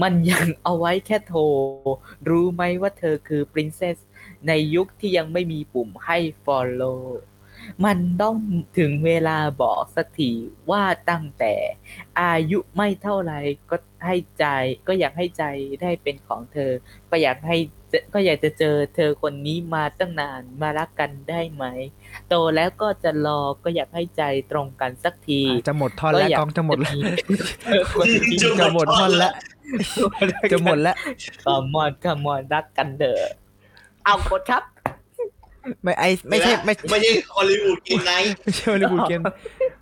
มันยังเอาไว้แค่โทร รู้ไหมว่าเธอคือปรินเซสในยุคที่ยังไม่มีปุ่มให้ follow มันต้องถึงเวลาบอกสักทีว่าตั้งแต่อายุไม่เท่าไหรก็ให้ใจ ก็อยากให้ใจได้เป็นของเธอ ก็อยากให้เจอก็อยากจะเจอเธอคนนี้มาตั้งนานมารักกันได้ไหม โตแล้วก็จะรอก็อยากให้ใจตรงกันสักที
จะหมดท่อนแล้ว
ก็อยาก
กล้องจะหมดแล้ว
จะ
จะ
ห
ห
ม
ม
ด
ด
ท่
ท่
อ
อน น
ละ
แล้ว จะหมดแล้ว
คอมอนคอมอนรักกันเถอะเอากดครับ
ไม่ไอไม่ใช่ไม่
ไม่ใช่ฮอลลีวูดกินไนท์
ไม่ใช่ฮอลลีวูดเกม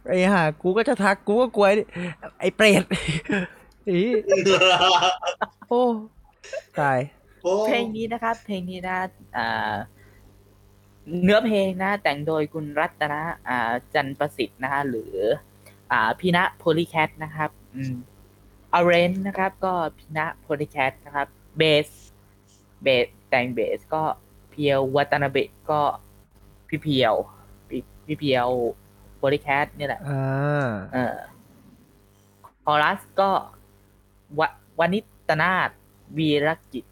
ไอห่ากูก็จะทักกูก็กลัวไอ้ไอเปรตอีโอ้ตาย
โอ้
เพลงนี้นะครับ เพลงนี้นะอ่าเนื้อเพลงนะ แต่งโดยคุณรัตนะอ่า จันทร์ประสิทธิ์นะคะหรือ อ่าพี่ณโพลีแคทนะครับ อืมอเรนนะครับ ก็พี่ณโพลีแคทนะครับเบสเบสแต่งเบสก็เพียววัตนาเบะก็พี่เพียว พี่พี่เพียวโพลีแคทนี่แหละ
อ่า
เออคอรัสก็วะวนิตนาถวีรกิจ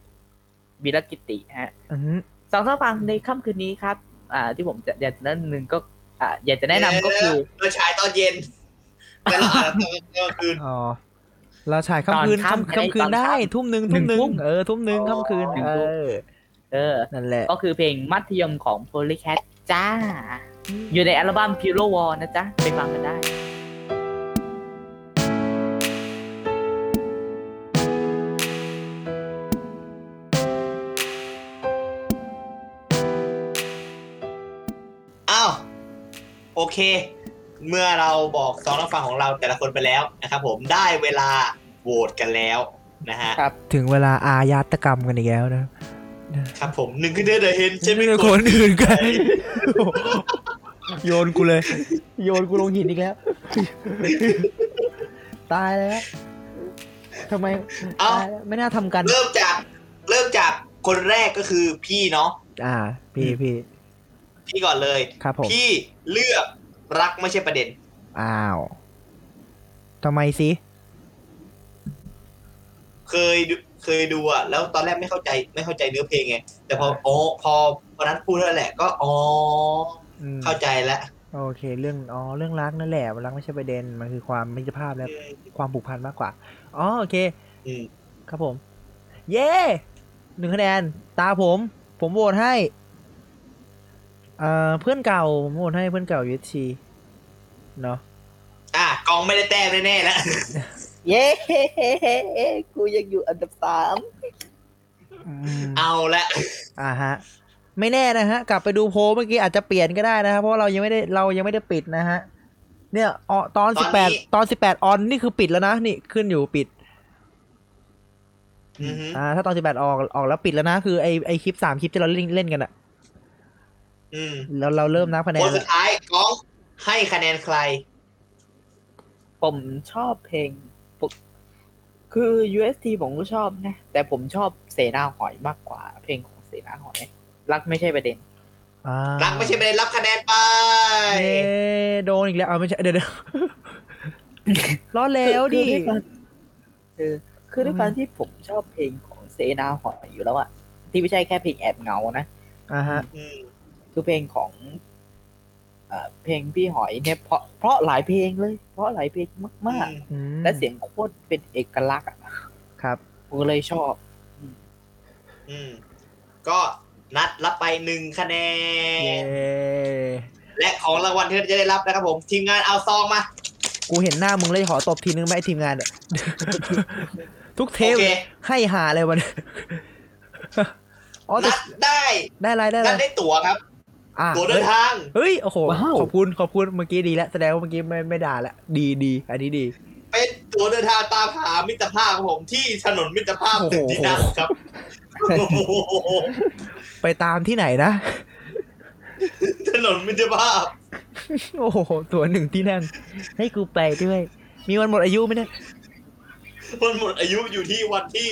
วีรกิติฮะ
อืม
สองท่านฟังในค่ำคืนนี้ครับ อ่า ที่ผมจะอยากจะแนะนำหนึ่งก็ อ่า อยากจะแนะนำก็คือ
เราฉายตอนเย็นแต่เราอ่านตอนกลางคืน
อ๋อเราฉายค่ำคืนค่ำค่ำคืนได้ทุ่มหนึ่งทุ่มหนึ่งเออทุ่มหนึ่งค่ำคืนเออ
เออ
นั่นแหละ
ก็คือเพลงมัธยมของ Polycat จ้า อยู่ในอัลบั้ม Pillow Wall นะจ๊ะ ไปฟังกันได้
อ้าวโอเค เมื่อเราบอกสองนักฟังของเราแต่ละคนไปแล้วนะครับผมได้เวลาโหวตกันแล้วนะฮะ
ครับ
ถึงเวลาอาญาตกรรมกันอีกแล้วนะครับ
ผมหนึ่งคือเดอะเห็นใช่ไหม
ด้
คุณ
อื่นกันโยนกูเลย โยนกูลงหินอีกแล้ว ตายแล้วทำไม
เอา
ตายแล้วไม่น่าทำกัน
เริ่มจากเริ่มจากคนแรกก็คือพี่เนาะ
อ่า พี่พี่
พี่ก่อนเลย
ครับผม
พี่เลือกรักไม่ใช่ประเด็น
อ้าวทำไมสิ
เคยดูเคยดูอะแล้วตอนแรกไม่เข้าใจไม่เข้าใจเนื้อเพลงไงแต่พอโออพอวันนั้นพูดแล้วแหละ ก็อ๋อ
อืม
เข้าใจแล้ว
โอเค เรื่องอ๋อเรื่องรักนั่นแหละรักไม่ใช่ประเด็นมันคือความมิตรภาพและ
อืม
ความผูกพันมากกว่าอ๋อโอเค
อืม
ครับผม เย้หนึ่งคะแนน ตาผม ผมโหวตให้เอ่อเพื่อนเก่า ผมโหวตให้เพื่อนเก่ายูทีเนาะ
อ่ะกองไม่ได้แต้มแน่ๆแล้ว
เย้ กูยังอยู่อันดับสาม
อืม
เอาละ
อ่าฮะ ไม่แน่นะฮะ กลับไปดูโพลเมื่อกี้อาจจะเปลี่ยนก็ได้นะครับเพราะว่าเรายังไม่ได้เรายังไม่ได้ปิดนะฮะ เนี่ยออตอ
ตอน
น
นี้
สิบแปดตอนสิบแปดออนนี่คือปิดแล้วนะ นี่ขึ้นอยู่ปิด
อือฮึ
อ่า ถ้าตอนสิบแปดออกออกแล้วปิดแล้วนะ คือไอไอคลิปสามคลิปที่เราเล่นเล่นกันอะ
อืม
เราเราเริ่มนับคะแน
คน น
แล้
สุ
ว
ดท้ายก้องให้คะแนนใคร
ผมชอบเพลงปกคือ UST ผมก็ชอบนะ แต่ผมชอบเสนาหอยมากกว่า เพลงของเสนาหอย รักไม่ใช่ประเด็น
อ่า
รักไม่ใช่ประเด็นรับคะแนนไป
เอ้โดนอีกแล้วเอาไม่ใช่เดี๋ ยวเดี๋ยว ล้อแล้วดิ
คือด้วยความคือคือด้วยความที่ผมชอบเพลงของเซนาหอยอยู่แล้วอะที่ไม่ใช่แค่เพลงแอบเหงานะ
อ่าฮะ
อืม
คือเพลงของเอ่อเพลงพี่หอยเนี่ยเพราะเพราะหลายเพลงเลย เพราะหลายเพลงมาก
อืม
ๆ และเสียงโคตรเป็นเอกลักษณ์อะ
ครับ
ผมก็เลยชอบ
อืมก็นัดรับไปหนึ่งคะแน
เย้
น และของรางวัลที่เราจะได้รับนะครับผม ทีมงานเอาซองมา
กูเห็นหน้ามึงเลยขอตบทีนึงไหมไอ้ทีมงานเนี่ย ทุกเท
โอ
ป
เค
ให้หาอะไรวะเนี่ย อ๋อแต่
นัดได้
ได้อะไรได้อะ
นัด
ไร
ได้ตั๋วครับ
อ่ะ
ตั๋วเดิ
เฮ้
น
ย
ทาง
เฮ้ย โอ้โห
ว้าว
ขอบคุณ ขอบคุณ เมื่อกี้ดีแล้ว แสดงว่าเมื่อกี้ไม่ไม่ด่าละดีดีอันนี้ดี
เป็นตั๋วเดินทางตามหามิตรภาพของผมที่ถนนมิตรภาพ
โอ้โห
ตึกที่นั่งครับโอ้โห
ไปตามที่ไหนนะ
ถนนมิตรภาพ
โอ้โห ตัวหนึ่งที่นั่ง ให้กูไปด้วย มีวันหมดอายุไหมเนี่ย
มันหมดอายุอยู่ที่วันที่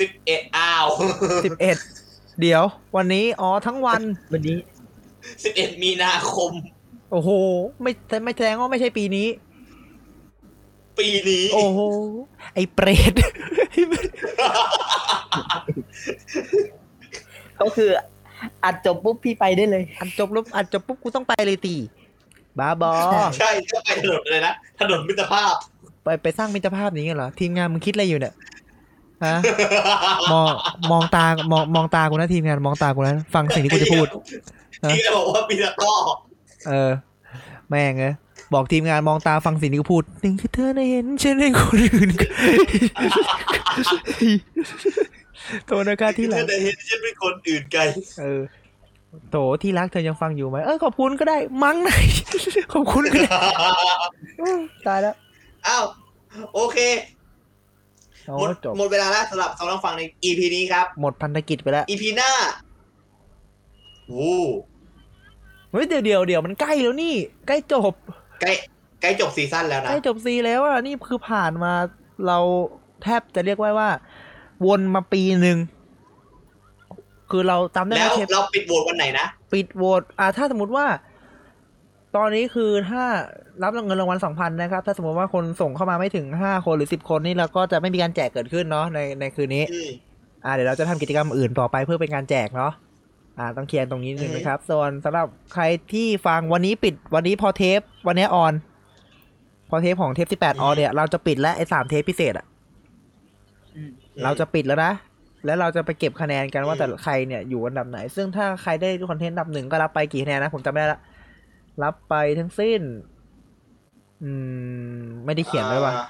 สิบเอ็ดอ้าว
สิบเอ็ดเดี๋ยว วันนี้ อ๋อ ทั้งวัน
วันนี้
สิบเอ็ดมีนาคม
โอ้โห ไม่ไม่แสดงว่าไม่ใช่ปีนี้
ปีนี้
โอ้โห ไอ้เปรต
ก็คืออัดจบปุ๊บพี่ไปได้เลย
อันจบแล้วอันจบปุ๊บกูต้องไปเลยตีบ้าบอ
ใช่ก็ไปถนนเลยนะถนนมิตรภาพ
ไปไปสร้างมิตรภาพนี้กันเหรอ ทีมงานมึงคิดอะไรอยู่เนี่ยฮะมองมองตามองมองตากูนะทีมงานมองตากูนะฟังสิ่งที่กูจะพูด
ที่จะบอกว่ามีตะกร้อ
เออ แม่งเอยบอกทีมงานมองตาฟังสิ่งที่กูพูดหนึ่งคือเธอได้เห็นฉันในคนอื่น โทษนะคะที่รั
เธ
ก
อได้เห็นฉันเป็นคนอื่นไกล
เออโถที่รักเธอยังฟังอยู่ไหมเออขอบคุณก็ได้มั้ง ไหนขอบคุณก็ได้อืมตายแล้ว
อ้าวโอเค
โอ้
หมด
จบ
หมดเวลาแล้วสำหรับสำหรับฟังใน EP นี้ครับ
หมดพันธกิจไปแล้ว
EP หน้าวู้
เฮ้ยเดี๋ยวเดี๋ยวเดี๋ยวมันใกล้แล้วนี่ ใกล้จบ
ใกล้ใกล้จบซีซั่นแล้ว
ใก
นะ
ล้จบซีแล้วอ่ะ นี่คือผ่านมาเราแทบจะเรียกว่าว่า วนมาปีหนึ่ง คือเราตามได้ไหม
แล้ว
เทป
เราปิดโหวตวันไหนนะ
ปิดโหวตอ่าถ้าสมมติว่า ตอนนี้คือถ้ารับเงินรางวัลสองพันนะครับ ถ้าสมมติว่าคนส่งเข้ามาไม่ถึงห้าคนหรือสิบคนนี่เราก็จะไม่มีการแจกเกิดขึ้นเนาะในในคืนนี้
อืม
อ่าเดี๋ยวเราจะทำกิจกรรมอื่นต่อไปเพื่อเป็นการแจกเนาะอ่าต้องเคลียร์ตรงนี้นิดนึ
อือ
ง
ฮึ
นะครับ ส่วนสำหรับใครที่ฟังวันนี้ปิดวันนี้พอเทป วันนี้ออน พอเทปของเทปที่แปดออนเนี่ยเราจะปิดแล้วไอ้สามเทปพิเศษอะเราจะปิดแล้วนะ แล้วเราจะไปเก็บคะแนนกันว่าแต่ละใครเนี่ยอยู่อันดับไหน ซึ่งถ้าใครได้คอนเทนต์อันดับหนึ่งก็รับไปกี่คะแนนนะผมจำไม่ได้ละรับไปทั้งสิ้น อืม ไม่ได้เขียนไว้ว่ะ
อ่า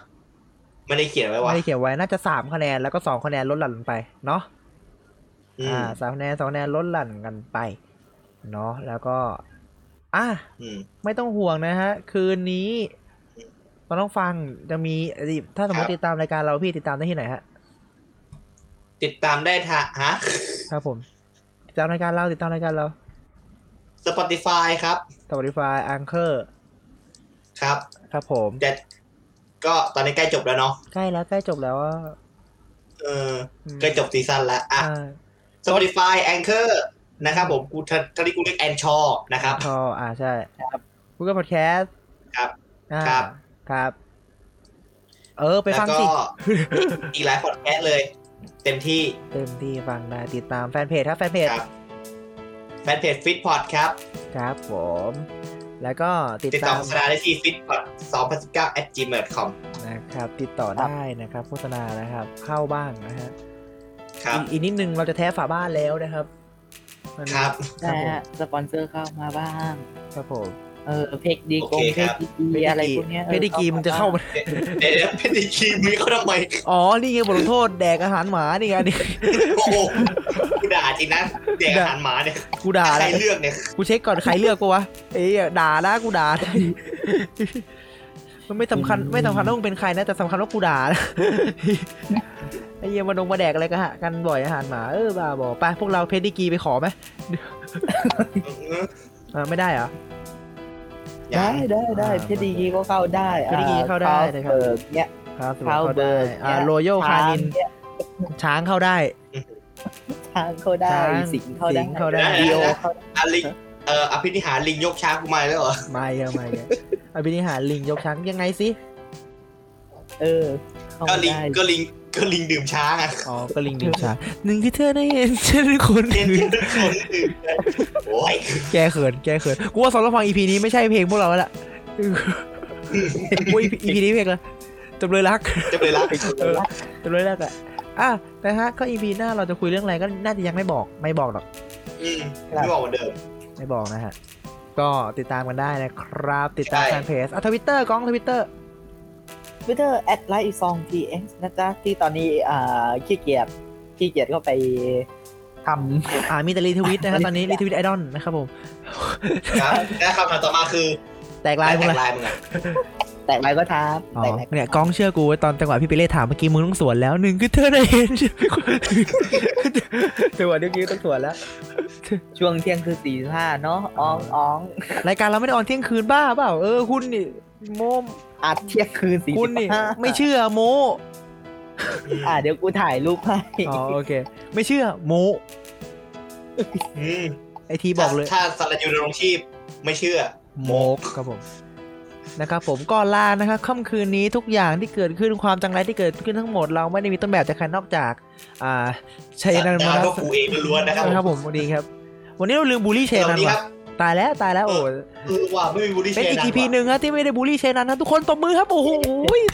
ไม่ได้เขียนไว้ว่ะ
ไม่ได้เขียนไว้น่าจะสามคะแนนแล้วก็สองคะแนนลดหลั่นลงไปเนาะ
อื
อ่าม สามคะแนนสองคะแนนลดหลั่นกันไปเนาะแล้วก็ อ่ะ
อืม
ไม่ต้องห่วงนะฮะ คืนนี้เราต้องฟังจะมีถ้าสมม
ค
ติ
รับ
ติดตามรายการเราพี่ติดตามได้ที่ไหนฮะ
ติดตามได้ทางฮะ
ครับผมติดตามรายการเราติดตามรายการเรา
Spotify ครับ
Spotify Anchor
ครับ
ครับผม
แต่ก็ตอนนี้ใกล้จบแล้วเนาะ
ใกล้แล้วใกล้จบแล้วอ่ะ
เออ
อืม
ใกล้จบซีซั่นแล้วอ่ะ
อ่า
Spotify Anchor นะครับผมกูทัทาริกูเรียกแอนชอนะครับ
พออ่าใช่พูดกับพอดแคสต์
ครับ
อ่า
ครับ
ครับ เออ ไปฟัง
แล้วก็
สิ
อีกหลายพอดแคสต์เลย เต็มที่
เต็มที่ฟังได้ติดตามแฟนเพจครับแฟนเพจ
ครับแฟนเพจฟิตพอดครับ
ครับผม แล้วก็ติด
ติด
ตา
ต่อ
ม
โฆษณาได้ที่ฟิตพอด2019 at gmail.com
นะครับ ติดต่อได้นะครับโฆษณานะครับ เข้าบ้างนะฮะ
ครับ
อีกอีกนิดนึงเราจะแท้ฝาบ้านแล้วนะครับมัน
ครับ
ครั
แต่
บผม
สปอนเซอร์เข้ามาบ้าง
ครับผม
เออเพกดีกง
โอเค
เพ
ครั
ก
บ
ดีอะไรพวกเนี้ย
เพดิกี
ออ
มันจะเข้ามา
เดี๋ยวเดี๋ยวเพจคีมือเขาทำไม
อ๋อ นี่ไงบทลงโทษแดกอาหารหมานี่ไงนี่
โอ้โหกูด่าจริงนะเด็กอาหารหมาเนี่ย
กูด่า
ใค
แล้
ร
ว
เลือกเนี่ย
กูเช็คก่อนใครเลือกกูวะเอ้ยด่านะกูด่านะมันไม่สำคัญไม่สำคัญว่ามึงเป็นใครนะแต่สำคัญว่ากูด่านะไอ้เยี่ยมันลงมาแดกอะไรกันฮะกันบ่อยอาหารหมาเออบ้าบอไปพวกเราเพดิกีไปขอไหมอ่าไม่ได้เหรอ
ได้ได้ได้
อ่า
เพชรดีกีก็เข้าได้
เพชรดีกีเข้าได้
เล
นะ
ย
ค
ค
รั
รับ บเนี่ย
ครับสำหรั
เข้า
บเข้า
เบิ
ได้
ร์ก
อ่า
เนี่ย
โรโยคานิน
เย
ช้างเข้าได้
ช้างเข้าได้
ช้าง
สิงห์เข้าได้
สิงห์เข้าได้
เดียวเข้า
อลิงเอ่ออภินิหารลิงยกช้างกูมาแล้วเหรอ
มาเยอะมาเยอะอภินิหารลิงยกช้างยังไงสิ
เออ เข้า
ก็ลิง
ได้
ก็ลิงก็ลิงดื่มช้าง อ่ะ
อ๋อก็ลิงดึงช้างหนึ่งที่เธอได้เห็น ฉันเป็นคน
เล่น
อื่น
ทุกคนอื่นเลยโอ้ย
แกเขินแกเขินกูว่าสำหรับฟังอีพีนี้ไม่ใช่เพลงพวกเราแล้วล่ะ กูอีพีนี้เพลงละจำเลยรัก
จะไปรัก
เออจำเลยรักอ่ะอ่ะนะฮะก็อีพีหน้าเราจะคุยเรื่องอะไรก็น่าจะยังไม่บอกไม่บอกหรอก
อืมไม่บอกเหมือนเดิม
ไม่บอกนะฮะก็ติดตามกันได้นะครับ ติดตาม
ใช่
แฟนเพจอ่ะทวิตเตอร์ก้องทวิตเตอร์
ทวิตเตอร์แอดไลท์อีซองทีเอ็กซ์นะจ๊ะ ที่ตอนนี้อ่าขี้เกียจขี้เกียจก็ไปท
อ่ามีแต่รีทวิต นะครับตอนนี้รีทวิตไอดอลนะครับผม
ครับและคำถามต่อมาคือ
แตกลายหมด
แตก
เลย
ลายมึงอ่ะ
ำแต่ไรก็
อ๋
ทำ
อ
แต่ไรก็
เนี่ยกล้องเชื่อกูไว้ตอนจังหวะพี่ไปเล่ถามเมื่อกี้มึงต้องสวน แล้วหนึ่งคือเธอได้เห็นจังหวะเมื่อกี้ต้องสวนแล้วเธ
ช่วงเที่ยงคือตีห้าเนาะอ้องอ้อง
รายการเราไม่ได้ออนเที่ยงคืนบ้าเปล่าเออคุณนี่โม
อัดเที่ยงคืนสี่
คุ
สิ
ณ
บ
นี่
ห้า
ไม่เชื่อโม
อ่ะเดี๋ยวกูถ่ายรูปให้
อ๋อโอเค ไม่เชื่อโม
อืม
ไอทีบอก เลย
ถ้าสารยูดำรงชีพไม่เชื่อ
โมกครับผมนะครับผมก็ลานะครับค่ำคืนนี้ทุกอย่างที่เกิดขึ้นความจังไรที่เกิดขึ้นทั้งหมด เราไม่ได้มีต้นแบบจากใครนอกจาก อ่าชัยนันท์
สั
มา
ตว์ดาวก็
รัส
กูเองล้วนๆนะครับ
ครับผมสวัสดีครับ วันนี้เราลืมบูลลี่เช
ส
ย
วั
นั
ส
นท์
ดีครั
ว่ะ
บ
ตายแล้วตายแล้วโอ้โห
เออว่าไม่มีบูลลี่เช
เป็นอีก
นั
อีพีหนึ่งนะที่ไม่ได้บูลลี่เชยนันท์นะทุกคนตบมือครับโอ้โห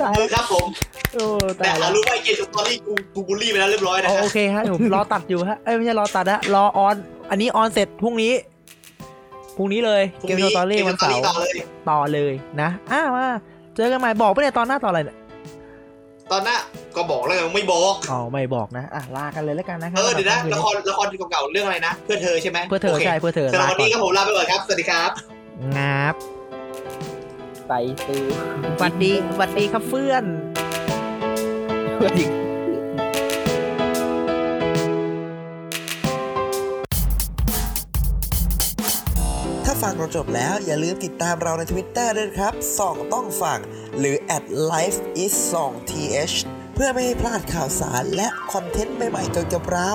ตาย
มือค
แล้ว
รับผม
โอ้
แต่
ตาย
อา
แล้ว
รู้ว่าไอ้เกมสตอรี่กูกูบูลลี่ไปแล้วเรียบร้อยนะ
เอา
ฮะ
โอเคฮะเดี๋ยวผมรอตัดอยู่ฮะเอ้ยไม่ใช่รอตัดนะรอออนอันนี้ออนเสร็จพรุ่งนี้พรุ่งนี้เลย
พรุ่ง
เกม
นี้
โนตอรี่
เกม
วัน
สตอ
เสา
รี่
ร์
ต่อเลย
ต่อเลยนะอ้าวมาเจอกันใหม่บอกไปเนี่ยตอนหน้าตอนอะไรเนี่ย
ตอนหน้าก็บอกแล้วไงไม่บอก
อ๋อไม่บอกนะ อ่ะ ลากันเลยแล้วกันนะครั
เออเดี๋ยวนะ
สำห
ละ
บ
ครละครเก่าๆเรื่องอะไรนะ เพื่อเธอใช่ไหม
เพื่อเธอ
โค
ใช่เพื่อเธอ
สำหรับ
ลา
วัน
ก่อ
นี้
น
ครับผมลาไปก่อนครับ สวัสดีครับ
งับ
ไปซื้อ
สวัสดีสวัสดีครับเพื่อน
เพื่อนอีก
ถ้าฟังเราจบแล้วอย่าลืมติดตามเราใน Twitter ด้วยนะครับส่องต้องฟังหรือ at life is 2 th เพื่อไม่ให้พลาดข่าวสารและคอนเทนต์ใหม่ๆเกี่ยวกับเรา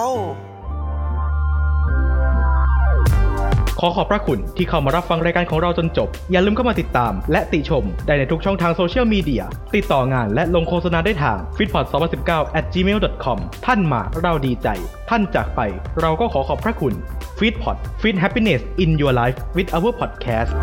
ขอขอบพระคุณที่เข้ามารับฟังรายการของเราจนจบ อย่าลืมเข้ามาติดตาม และติชม ได้ในทุกช่องทางโซเชียลมีเดีย ติดต่องานและลงโฆษณาได้ทาง f i t p o d 2 0 1 9 gmail.com ท่านมาเราดีใจ ท่านจากไป เราก็ขอขอบพระคุณ f i t p o d Fit Happiness in Your Life with our podcast